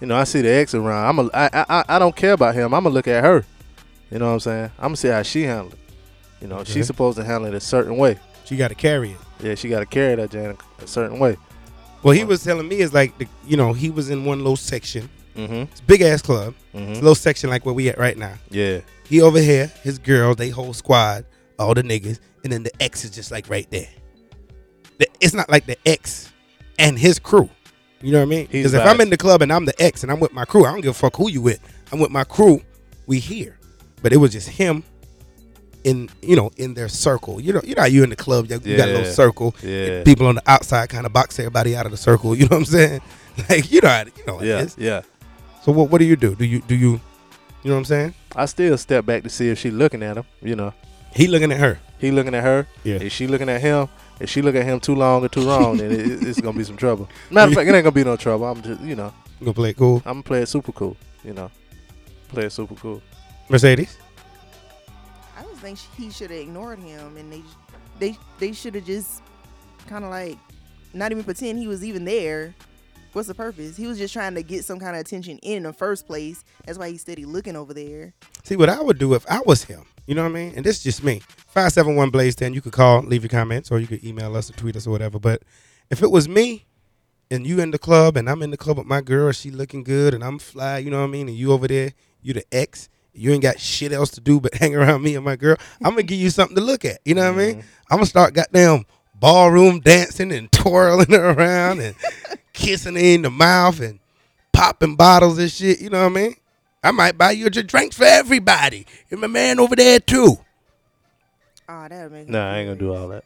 you know, I see the ex around. I'm a, I, I, I- I don't care about him. I'm gonna look at her. You know what I'm saying? I'm gonna see how she handle it. You know,
Okay.
she's supposed to handle it a certain way.
She got to carry it.
Yeah, she got to carry that Janet a certain way.
Well, he was telling me is like the, you know he was in one little section.
Mhm.
It's a big ass club.
Mhm.
It's a little section like where we at right now.
Yeah.
He over here, his girl, they whole squad, all the niggas, and then the ex is just like right there. The- it's not like the ex and his crew. You know what I mean?
He's
Because if
about
I'm in the club and I'm the ex and I'm with my crew, I don't give a fuck who you with. I'm with my crew. We here, but it was just him. In you know in their circle, you know you know how you in the club, you, you got a little
Yeah.
circle.
Yeah.
People on the outside kind of box everybody out of the circle. You know what I'm saying? Like you know how, you know how
Yeah,
it is.
yeah.
So what what do you do? Do you do you you know what I'm saying?
I still step back to see if she looking at him. You know,
he looking at her.
He looking at her.
Yeah.
Is she looking at him? If she look at him too long or too wrong, then it, it- it's gonna be some trouble. Matter of fact, it ain't gonna be no trouble. I'm just, you know,
You gonna play it cool,
I'm gonna play it super cool. You know, play it super cool.
Mercedes?
I just think sh- he should have ignored him, and they they they should have just kind of like not even pretend he was even there. What's the purpose? He was just trying to get some kind of attention in the first place. That's why he's steady looking over there.
See what I would do if I was him. You know what I mean? And this is just me. Five seven one blaze ten. You could call, leave your comments, or you could email us or tweet us or whatever. But if it was me, and you in the club, and I'm in the club with my girl, she looking good, and I'm fly. You know what I mean? And you over there, you the ex. You ain't got shit else to do but hang around me and my girl. I'm gonna give you something to look at. You know what I mean? I'm gonna start goddamn ballroom dancing and twirling around and kissing her in the mouth and popping bottles and shit. You know what I mean? I might buy you a drink- drinks for everybody. And my man over there too.
Oh, that'll make
Nah, I ain't gonna do all that.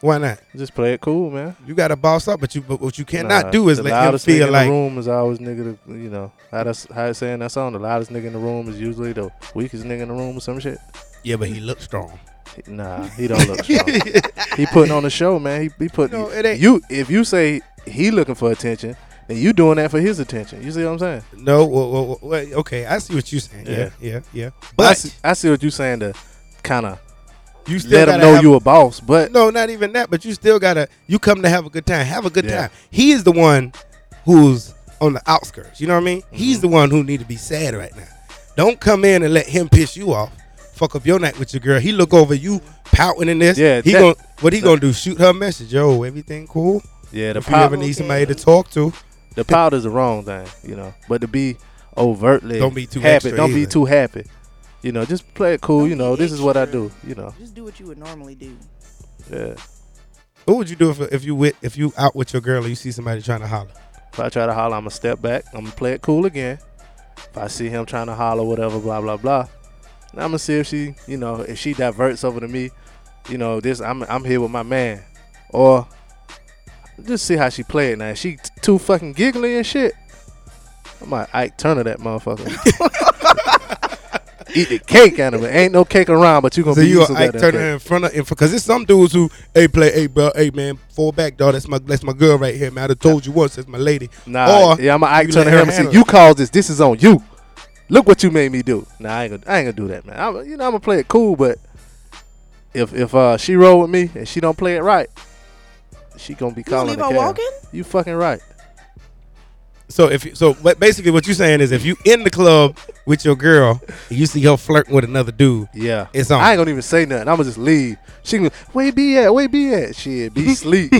Why not?
Just play it cool, man.
You gotta boss up, but you but what you cannot
Nah,
do is
the
let him
loudest nigga
feel like
in the room is always nigga. To, you know how that's how it's saying that song. The loudest nigga in the room is usually the weakest nigga in the room or some shit.
Yeah, but he looks strong.
Nah, he don't look strong. he putting on a show, man. He he putting
No, it ain't-
you. If you say he looking for attention, then you doing that for his attention. You see what I'm saying?
No, well, well, well, well, okay, I see what you're saying. Yeah, yeah, yeah. But
I see, I see what you saying to kind of
you still
let him
gotta
know
have-
you a boss, but
no, not even that. But you still gotta. You come to have a good time. Have a good
Yeah.
time. He is the one who's on the outskirts. You know what I mean?
Mm-hmm.
He's the one who need to be sad right now. Don't come in and let him piss you off. Fuck up your night with your girl. He look over you pouting in this.
Yeah,
he
that-
gon' what he gonna do? Shoot her message. Yo, everything cool?
Yeah, the
if you ever need somebody to talk to,
the powder's the wrong thing, you know. But to be overtly
Don't be too
happy.
extra
Don't be
either.
too happy. You know, just play it cool. you know, this is what I do. You know,
Just do what you would normally do.
yeah.
what would you do if, if you with if you out with your girl and you see somebody trying to holler?
If I try to holler, I'm gonna step back. I'm gonna play it cool again. If I see him trying to holler, whatever, blah blah blah. I'm gonna see if she, you know, if she diverts over to me. You know, this I'm I'm here with my man, or just see how she play it now. If she t- too fucking giggly and shit. I'm like Ike Turner that motherfucker. Eat the cake out of it. Ain't no cake around, but you gonna
So
be
you
used to
gonna Ike
goddamn
Turner
cake.
in front of because there's some dudes who hey play hey bro hey man fall back dog that's my that's my girl right here man I done told you once that's my lady
Nah,
Or
yeah, I'm gonna Ike
you let
Turner him and
handle it.
say, "You caused this. This is on you. Look what you made me do." Nah, I ain't gonna, I ain't gonna do that, man. I'm, you know, I'm gonna play it cool, but if if uh, she roll with me and she don't play it right, she gonna be calling
leave
the
her
cab.
walking?
You fucking right.
So if you- so, but basically what you're saying is if you in the club with your girl, and you see her flirting with another dude.
Yeah,
it's on.
I ain't gonna even say nothing. I'm gonna just leave. She gonna where he be at? Where he be at? Shit, be sleep.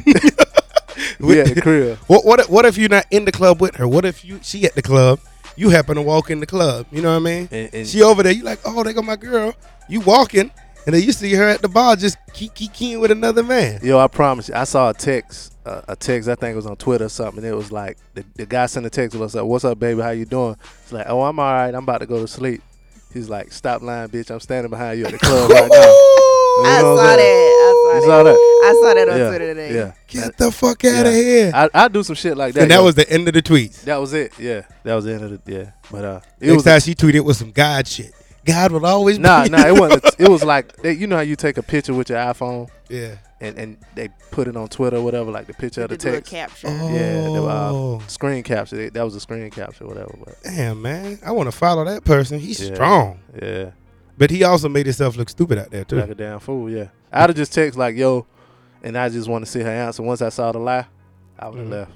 we at the crib.
What what if- what if you're not in the club with her? What if you she at the club? You happen to walk in the club. You know what I mean? she over there. You like, oh, they got my girl. You walking, and then you see her at the bar just keep keep keying with another man.
Yo, I promise you. I saw a text, uh, a text. I think it was on Twitter or something. It was like the, the guy sent a text. Was like, "What's up, baby? How you doing?" It's like, "Oh, I'm all right. I'm about to go to sleep." He's like, "Stop lying, bitch. I'm standing behind you at the club right now."
I saw that. I
You
saw
saw
that.
that?
I saw that on
yeah,
Twitter today.
Yeah.
Get the fuck out of
Yeah.
here.
I, I do some shit like that.
and that
yo.
was the end of the tweet.
That was it. Yeah. That was the end of the yeah. But uh, it
Next
was
time she tweeted was some God shit. God will always
Nah,
be-
nah, it wasn't. It was like they, you know how you take a picture with your iPhone.
Yeah.
And and they put it on Twitter, or whatever, like the picture of the
They do a
text.
capture.
Yeah, the,
Oh.
uh, screen capture. They, that was a screen capture, whatever. But
Damn, man. I want to follow that person. He's
Yeah.
strong.
Yeah.
But he also made himself look stupid out there, too.
like a damn fool. Yeah, I'd have just text like yo, and I just want to see her answer. Once I saw the lie, I would have
Mhm.
left.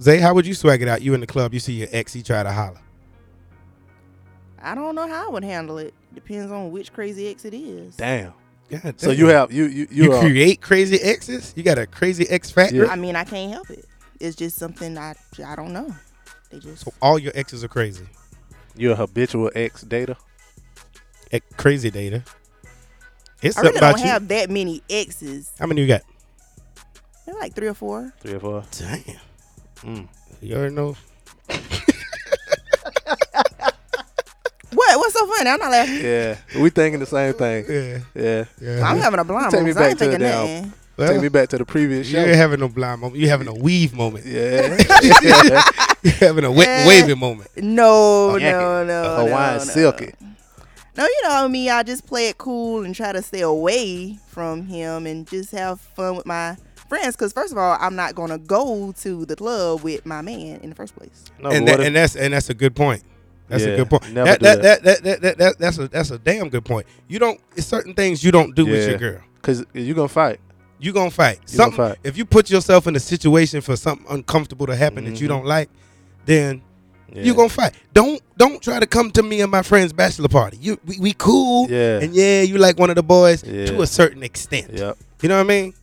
Zay, how would you swag it out? You in the club, you see your ex, he try to holler.
I don't know how I would handle it. Depends on which crazy ex it is.
Damn.
God
So
damn.
you have you you uh, you,
You
are-
create crazy exes? You got a crazy ex factor?
I mean, I can't help it. It's just something I I don't know. They just
All your exes are crazy.
you a habitual ex data.
Ex- E, crazy data. It's
I
something
really don't
about you.
have that many exes.
How many you got?
They're like three or four.
Three or four.
Damn. You already know.
What? What's so funny? I'm not laughing.
Yeah, we thinking the same thing.
Yeah.
Yeah.
Yeah.
I'm having a blind
Take me
moment. I
back
ain't
to the
thinking
damn.
nothing.
Take me back to the previous
You
show.
ain't having no blind moment. You having a weave moment.
Yeah.
You're having a wet
Eh,
waving moment.
No,
A yakking.
no, no,
Oh, A
uh,
Hawaiian
no, no.
silky.
No, you know me. I just play it cool and try to stay away from him and just have fun with my friends. Because first of all, I'm not gonna go to the club with my man in the first place.
No,
and, that,
but what if-
and that's and that's a good point. That's
Yeah,
a good point.
never
That
do
that, that. That, that, that, that's a that's a damn good point. You don't it's certain things you don't do with
Yeah.
your girl.
Cause you're gonna fight.
you gonna fight.
You gonna
Something, If you put yourself in a situation for something uncomfortable to happen that you
Mhm.
don't like, then
Yeah.
you gonna fight. Don't don't try to come to me and my friend's bachelor party. You we, we cool.
Yeah.
And yeah, you like one of the boys
Yeah.
to a certain extent.
Yep.
You know what I mean?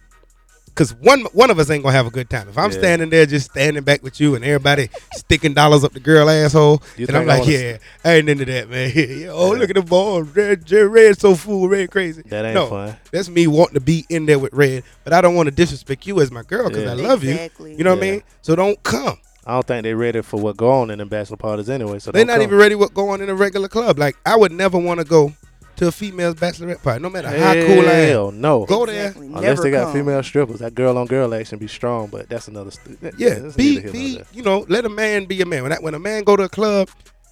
Cause one one of us ain't gonna have a good time. If I'm
Yeah.
standing there just standing back with you and everybody sticking dollars up the girl asshole,
You
and I'm
think I
like,
wanna-
yeah, I ain't into that, man. Yeah, oh, look at the ball, red, red, red, so fool, red, crazy.
That ain't
no,
fun.
That's me wanting to be in there with red, but I don't want to disrespect you as my girl because
Yeah.
I love
Exactly.
you. You know what I
Yeah.
mean? So don't come.
I don't think they're ready for what go on in the bachelor parties anyway. So
They're
don't
not
come.
even ready what going in a regular club. Like I would never want to go to a female's bachelorette party, no matter how cool I am.
Hell no.
Go there.
Unless they got female strippers. That girl on girl action be strong, but that's another. St-
Yeah,
that's
be
neither here nor
be
there.
you know, let a man be a man. When I, when a man go to a club,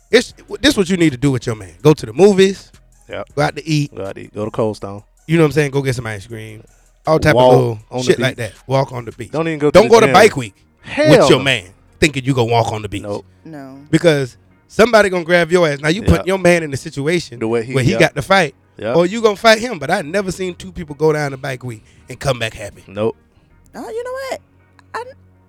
it's this what you need to do with your man. Go to the movies.
Yep.
Go out to eat.
Go out to eat. Go to Cold Stone.
You know what I'm saying? Go get some ice cream. All type
Walk
of
on
little
the
shit like
beach.
that. Walk on the beach.
Don't even go to
Don't
the
go to
gym.
bike week
Hell
with your
no.
man thinking you gonna walk on the beach. Nope.
No.
Because somebody gonna grab your ass. Now you
Yeah.
putting your man in a situation
The way he-
where he
yeah.
got to fight,
Yeah.
or you gonna fight him. But I never seen two people go down to bike week and come back happy.
Nope.
Oh, you know what?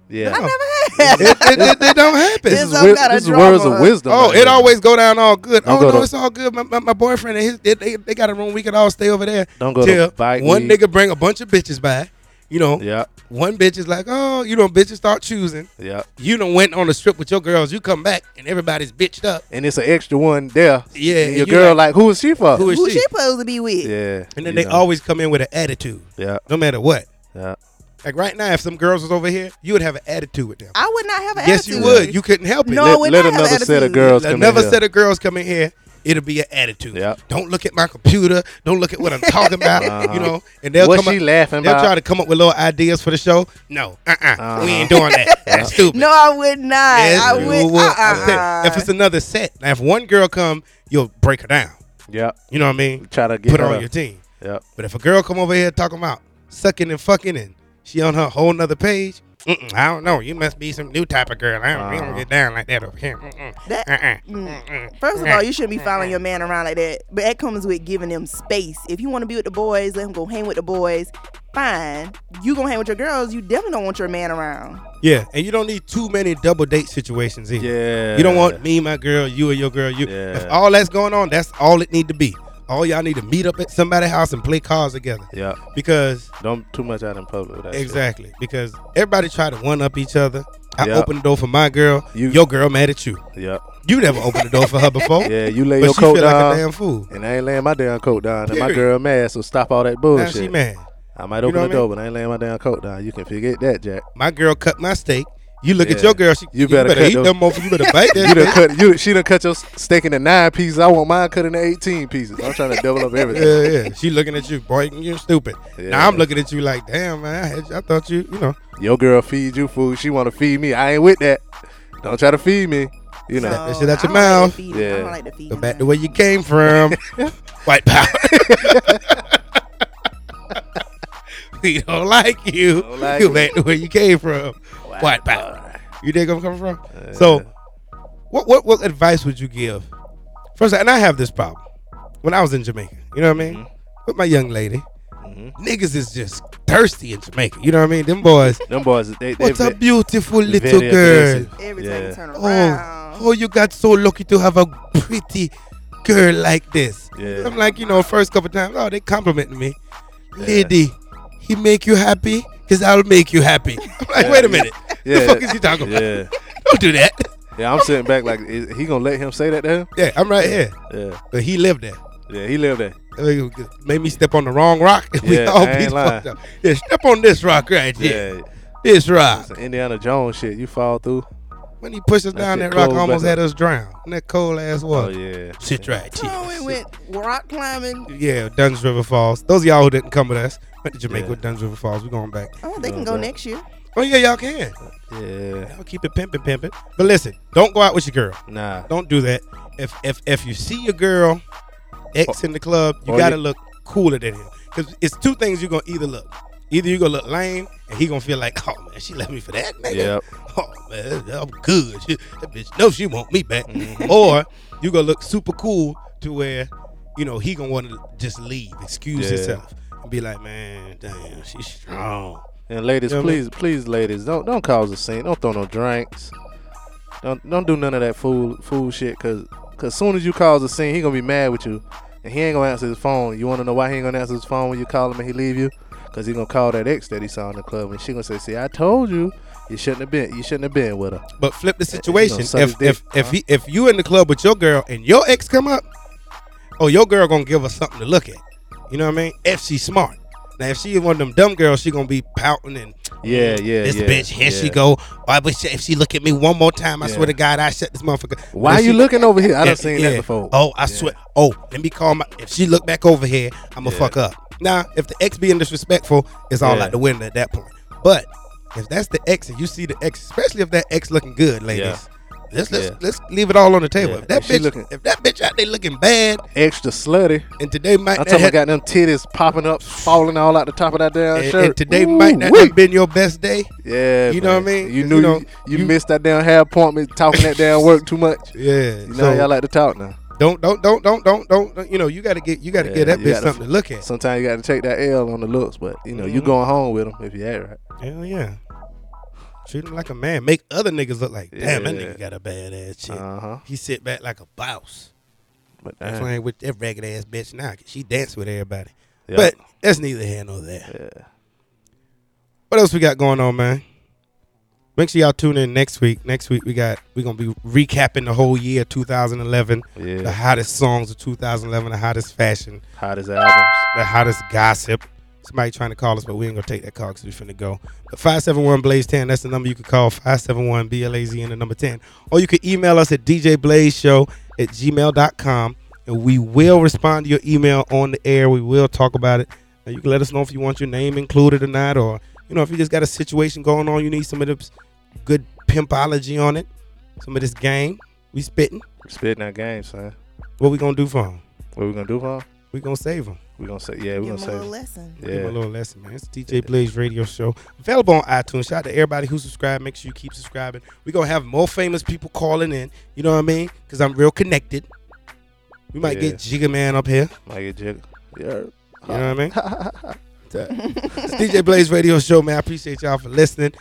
Yeah.
I never
it,
had.
it, it, it don't happen.
There's This some is wi- kind of this is words drama. of wisdom
Oh,
right
it
there.
always go down all good.
Don't
oh
go
no,
to-
it's all good. My, my, my boyfriend and his they, they, they got a room. We could all stay over there.
Don't go to
till
bike
One
week.
nigga bring a bunch of bitches by. You know.
Yeah.
One bitch is like, oh, you know, bitches start choosing.
Yeah.
You done went on a trip with your girls. You come back and everybody's bitched up.
And it's an extra one there.
Yeah,
And your
and you
girl
like-
like, who is she for?
Who is
Who
she?
she supposed to be with?
Yeah.
And then they
you know.
always come in with an attitude.
Yeah.
No matter what.
Yeah.
Like right now, if some girls was over here, you would have an attitude with them.
I would not have an
yes,
attitude.
you would. You couldn't help it.
No, I would not have an attitude.
Let another set of girls come in here. It'll be an attitude. Don't look at my computer. Don't look at what I'm talking about.
Uh-huh.
You know, and they'll
What
come
she
up,
laughing
They'll
about? Uh-huh.
try to come up with little ideas for the show. No, uh, uh we ain't doing that. That's stupid.
No, I would not.
Yes,
I
you
would.
would.
Uh-uh.
I'm saying, If it's another set, now if one girl come, you'll break her down.
Yeah.
You know what I mean?
Try to get
put
her
her on
up.
your team.
Yeah.
But if a girl come over here talking about sucking and fucking and she on her whole nother page, mm-mm, I don't know. You must be some new type of girl. I don't, we don't
Uh-huh.
get down like that over here. Mm-mm.
That-
uh-uh.
Mm. First of all, you shouldn't be following your man around like that. But that comes with giving them space. If you want to be with the boys, let him go hang with the boys. Fine. You gonna hang with your girls. You definitely don't want your man around.
Yeah, and you don't need too many double date situations either.
Yeah.
You don't want me, my girl, you or your girl. You.
Yeah.
If all that's going on, that's all it need to be. All y'all need to meet up at somebody's house and play cards together.
Yeah.
Because
don't too much out in public. With that shit.
Exactly, because everybody try to one up each other. I
Yeah.
open the door for my girl. your girl mad at you.
Yeah.
You never opened the door for her before.
Yeah, you lay
But
your
she
coat uh,
feel
down.
like a damn fool.
And I ain't laying my damn coat down. And my
Period.
girl mad, so stop all that bullshit.
she mad.
I might
You
open
know
the
what I
door, but I ain't laying my damn coat down. You can forget that, Jack.
My girl cut my steak. You look at
Yeah.
your girl. She,
you better, cut
eat
those-
them motherfuckers. You better bite that.
you done
steak.
cut. You she done cut your steak into nine pieces. I want mine cut into eighteen pieces. I'm trying to double up everything.
Yeah, yeah. She looking at you, boy. You're stupid.
Yeah.
Now I'm looking at you like, damn, man. I, had, I thought you, you know.
Your girl feed you food. She want to feed me. I ain't with that. Don't try to feed me. You know
Shut that shit out your mouth.
Yeah.
Go back to where you came from. White power. we don't like you.
Don't like
Go
you.
back to where you came from.
White
White, power. You dig where I'm coming from? so, what, what what advice would you give? First, and I have this problem. When I was in Jamaica, you know what I mean,
Mm-hmm.
with my young lady, niggas is just thirsty in Jamaica. You know what I mean? Them boys.
them boys. They, they
What's
ve-
a beautiful
very
little girl?
aggressive. Yeah.
Oh, oh, you got so lucky to have a pretty girl like this.
Yeah.
I'm like, you know, first couple times, oh, they complimenting me. Lady, he make you happy? Because I'll make you happy. I'm like,
Yeah,
wait a
yeah.
minute.
Yeah.
The fuck is he talking about?
Yeah.
Don't do that.
Yeah, I'm sitting back like, is he gonna let him say that to him?
Yeah, I'm right here.
Yeah.
But he lived there.
Yeah, he lived there.
Made me step on the wrong rock and we
Yeah,
all
I ain't
be
lying.
fucked up. Yeah, step on this rock right here.
Yeah.
This rock.
Some Indiana Jones shit. You fall through.
When he pushed us
That
down,
shit
that rock
cold
almost
back
had
up.
us drown. And that cold ass
Oh
water.
yeah.
Shit right here.
Oh, we went rock climbing.
Yeah, Duns River Falls. Those of y'all who didn't come with us, went to Jamaica
Yeah.
with Duns River Falls. We're going back.
Oh, they can go next year.
Oh, yeah, y'all can.
Yeah.
Y'all keep it pimping, pimping. But listen, don't go out with your girl.
Nah.
Don't do that. If if if you see your girl
Oh.
ex in the club, you
Or
gotta
you-
look cooler than him. Cause it's two things you're gonna either look. Either you're gonna look lame and he gonna feel like, oh man, she left me for that nigga.
Yep.
Oh man, I'm good. She- that bitch knows she want me back.
Mm-hmm.
or you gonna look super cool to where, you know, he gonna wanna just leave, excuse
Yeah.
himself. be like, man, damn, she's strong.
And ladies,
You know what I
please, please, ladies, don't don't cause a scene. Don't throw no drinks. Don't don't do none of that fool fool shit. Cause cause soon as you cause a scene, he gonna be mad with you, and he ain't gonna answer his phone. You wanna know why he ain't gonna answer his phone when you call him and he leave you? Cause he gonna call that ex that he saw in the club, and she gonna say, "See, I told you, you shouldn't have been, you shouldn't have been with her."
But flip the
gonna
situation.
suck his
If
dick,
if if
huh?
he, if you in the club with your girl and your ex come up, oh your girl gonna give us something to look at. You know what I mean? If she's smart. Now if she one of them dumb girls, she gonna be pouting and
Yeah, yeah,
this
yeah,
bitch here she
yeah.
go. I wish if she look at me one more time, I swear to God, I shut this motherfucker.
Why
If
you
she-
looking over here? I done
Yeah,
seen that
yeah.
before.
Oh, I swear. Oh, let me call my. If she look back over here, I'ma
Yeah.
fuck up. Now, if the ex being disrespectful, it's all
Yeah.
out the window at that point. But if that's the ex and you see the ex, especially if that ex looking good, ladies, let's let's
Yeah.
let's leave it all on the table.
Yeah.
If that
If she
bitch
looking-
if that bitch out there looking bad,
Extra slutty.
and today might
I'm
not
talking
have-
about got them titties popping up, falling all out the top of that damn
and,
shirt.
and today might not have been your best day.
Yeah,
You know what I
man.
mean?
You
'Cause,
knew
you
you,
know,
you, missed that damn hair appointment, talking that damn work too much.
Yeah,
you know
so-
how y'all like to talk now.
Don't don't don't don't don't don't. You know you got to get you got to
Yeah,
get that
you
bitch
gotta-
something to look at.
Sometimes you got to take that L on the looks, but you know you
Mhm.
going home with them if you act right.
Hell yeah. Treat him like a man. Make other niggas look like, damn, that
Yeah.
nigga got a bad ass chick.
Uh-huh.
He sit back like a boss.
But
That's
damn.
playing with that ragged ass bitch now. 'cause She dance with everybody.
Yeah.
But that's neither here nor there. What else we got going on, man? Make sure y'all tune in next week. Next week we got we're gonna be recapping the whole year 2011.
Yeah.
The hottest songs of 2011, the hottest fashion,
hottest albums,
the hottest gossip. Somebody trying to call us, but we ain't gonna take that call because we finna go. But 571 Blaze 10, that's the number you can call 571 BLAZ and the number 10. Or you can email us at djblazeshow at gmail.com and we will respond to your email on the air. We will talk about it. And you can let us know if you want your name included or not, or you know, if you just got a situation going on, you need some of this good pimpology on it, some of this game. We spitting.
Spitting that game, son.
What we gonna do for him?
What we gonna do for him?
We gonna save him.
We gonna say yeah. We
him
gonna
a
say
little lesson.
Yeah.
Give him a little lesson, man. It's the DJ Blaze Radio Show. Available on iTunes. Shout out to everybody who subscribed. Make sure you keep subscribing. We're going to have more famous people calling in. You know what I mean? Because I'm real connected. We might
Yeah.
get Jigga Man up here.
Might get jigger. Yeah.
You know what I mean? it's DJ Blaze Radio Show, man. I appreciate y'all for listening.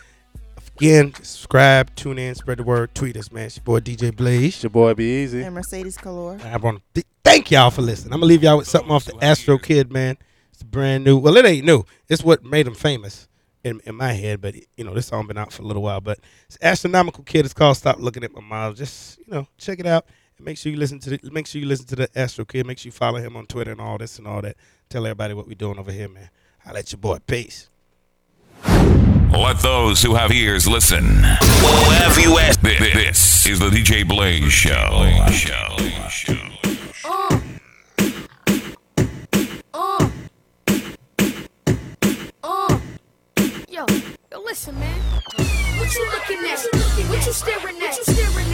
Again, subscribe, tune in, spread the word, tweet us, man. It's your boy DJ Blaze.
your boy Be Easy.
And Mercedes Calor.
I want to thank y'all for listening. I'm gonna leave y'all with something off the Astro Kid, man. It's brand new. Well, it ain't new. It's what made him famous in, in my head. But you know, this song been out for a little while. But it's Astronomical Kid. It's called "Stop Looking at My Mom." Just you know, check it out. And make sure you listen to the, make sure you listen to the Astro Kid. Make sure you follow him on Twitter and all this and all that. Tell everybody what we're doing over here, man. I let your boy. Peace.
Let those who have ears listen. Wherever you at. This is the DJ Blaze Show. Show.
Uh. Uh. Uh. Yo, yo, listen, man. What you looking at? What you staring at?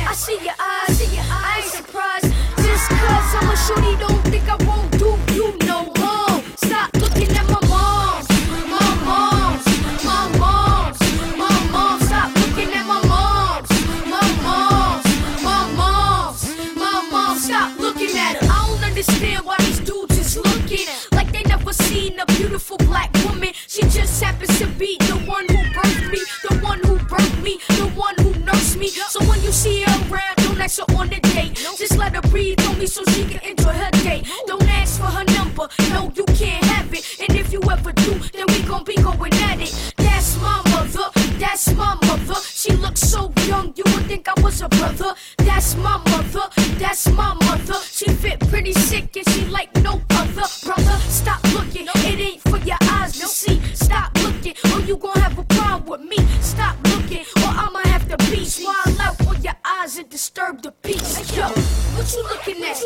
I see your eyes. I, ain't surprised. Just cause I'm a shorty, don't think I won't do you no harm. Stop looking at my moms. My moms. My moms. My moms. Stop looking at my moms. My moms. My moms. My moms. Stop looking at her. I don't understand why these dudes is looking like they never seen a beautiful black woman. She just happens to be the one who birthed me, the one who birthed me, the one who nursed me. So when you see her around, don't ask her on the date. Just let her breathe on me so she can enjoy her day. Don't ask for her number, no, you can't have it. And if you ever do, then we gon' be going at it. That's my mother, that's my mother. She looks so young, you would think I was her brother. That's my mother, that's my mother. She fit pretty sick and she like no other brother. Stop looking, it ain't for your eyes to see. Stop looking, or you gon' have a problem with me. Stop looking, or I'ma have to be smile out on your eyes and disturb the peace. Yo, what you looking at?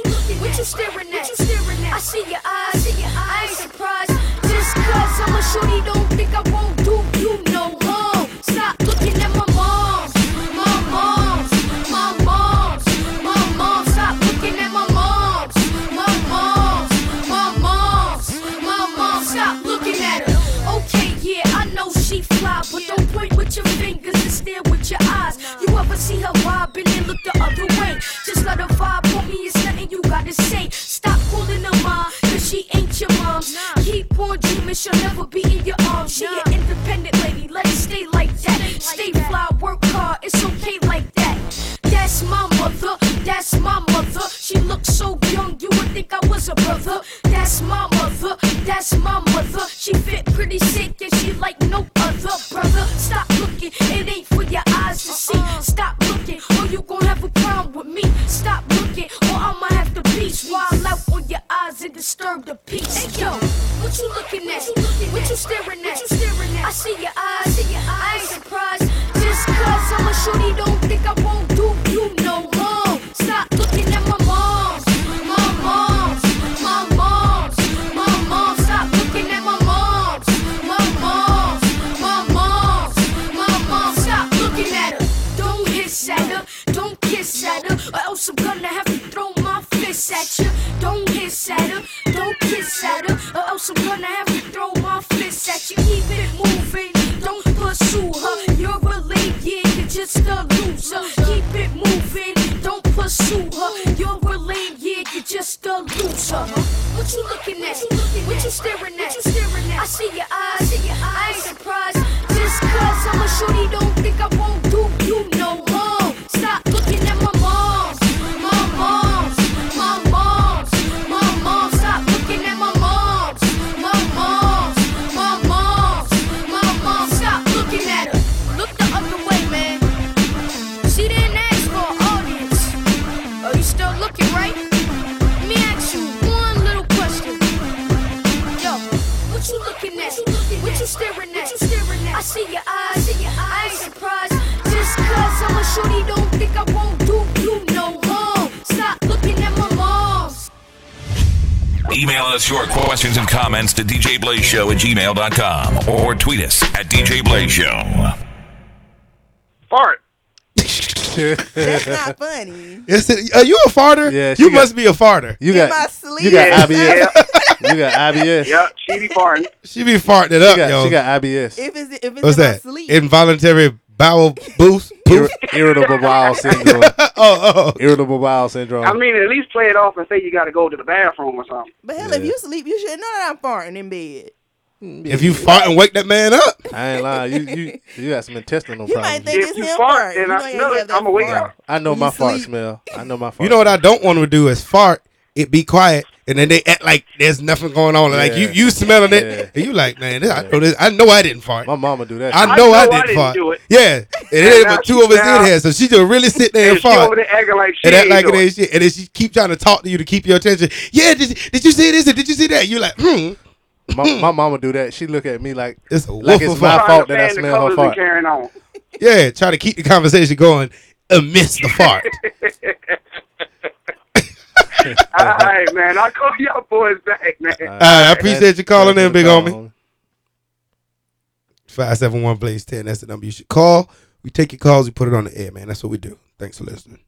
What you staring at? I see your eyes, I ain't surprised. Just cause I'm a shorty, don't think I won't do you no harm. Stop looking at my moms, my moms, my moms, my moms. Stop looking at my moms, my moms, my moms, my moms. Stop looking at her. Okay, yeah, I know she fly, but don't point with your fingers and stare with your eyes. You ever see her vibe and then look the other way? Just let her vibe for me, it's nothing you gotta say. Stop calling her ma, cause she ain't with your mom. Keep on dreaming, she'll never be in your arms. She an independent lady, let it stay like that. Stay fly, work hard, it's okay like that. That's my mother, that's my mother. She looks so young, you would think I was a brother. That's my mother, that's my mother. She fit pretty sick and she like no other brother. Stop looking, it ain't for your eyes to see. Stop looking, or you gon' have a problem with me. Stop looking, or I'ma have to peace. Wild out on your eyes and disturb the peace. Hey yo, what you looking at? What you, staring at? I see your eyes, I ain't surprised. Just cause I'm a shorty, don't think I won't do you no wrong. Stop looking at my moms, my moms, my moms, my moms. Stop looking at my moms, my moms, my moms, my moms. Stop looking at her. Don't hiss at her, don't kiss at her, or else I'm gonna have to throw my fist at you. Don't hiss at her, don't kiss at her, or else I'm gonna have to throw my fist at you. Keep it moving, don't pursue her. You're a lady, yeah, you're just a loser. Keep it moving, don't pursue her. You're a lame, yeah, you're just a loser. What you looking at? What you staring at? I see your eyes, I ain't surprised. Just cause I'm a shorty, don't think I won't do you no wrong. Stop looking at my moms, my moms, my moms, my moms. Stop looking at my moms, my moms, my moms, my moms. Stop looking at her. Look the other way, man. She didn't ask for an audience. Are you still looking, right? Let me ask you one little question. Yo, what you looking at? What you staring at? I see your eyes. I ain't surprised. Just cause I'm a shorty, don't think I won't do you no wrong. Stop looking at my moms.
Email us your questions and comments to djblazeshow at gmail.com or tweet us at djblazeshow.
Fart.
That's not funny.
Yes, it- are you a farter?
Yeah, she
you
got-
must be a farter.
You got you
Yeah.
got IBS. you got IBS.
Yep, she be farting.
She be farting it
She
up,
got-
yo.
she got IBS.
If it's if it's
What's
in my
that?
sleep,
Involuntary bowel boost. poof?
Irritable bowel syndrome. oh,
oh,
irritable bowel syndrome.
I mean, at least play it off and say you got to go to the bathroom or something.
but hell, if you sleep, you should know that I'm farting in bed.
If you fart and wake that man up,
I ain't lying. You you you got some intestinal
You
problems.
might think it's him fart, and I know it, I'm awake. Fart.
I know
You
my fart
sleep.
smell. I know my fart.
you know what I don't want to do is fart. It be quiet, and then they act like there's nothing going on. Like you,
Yeah.
you smelling it,
Yeah.
and you like, man, this, I know this. I know I didn't fart.
My mama do that.
I know I, didn't fart. Yeah, and it ain't but two of us in here, so she just really sit there and,
And she
fart.
over there acting like she
and act
ain't
like it
do it.
ain't shit. And then she keep trying to talk to you to keep your attention. Yeah, did, did you see this? Or did you see that? You like, hmm.
My, my mama do that. She look at me like
It's a
like
woof
it's
of
my
fart.
fault that I
Understand the
smell her
colours and
fart.
Carrying on.
Yeah, try to keep the conversation going amidst the fart.
All right, man. I'll call y'all boys back, man.
All right, I appreciate you calling in, big homie. Five seven one place ten. That's the number you should call. We take your calls, we put it on the air, man. That's what we do. Thanks for listening.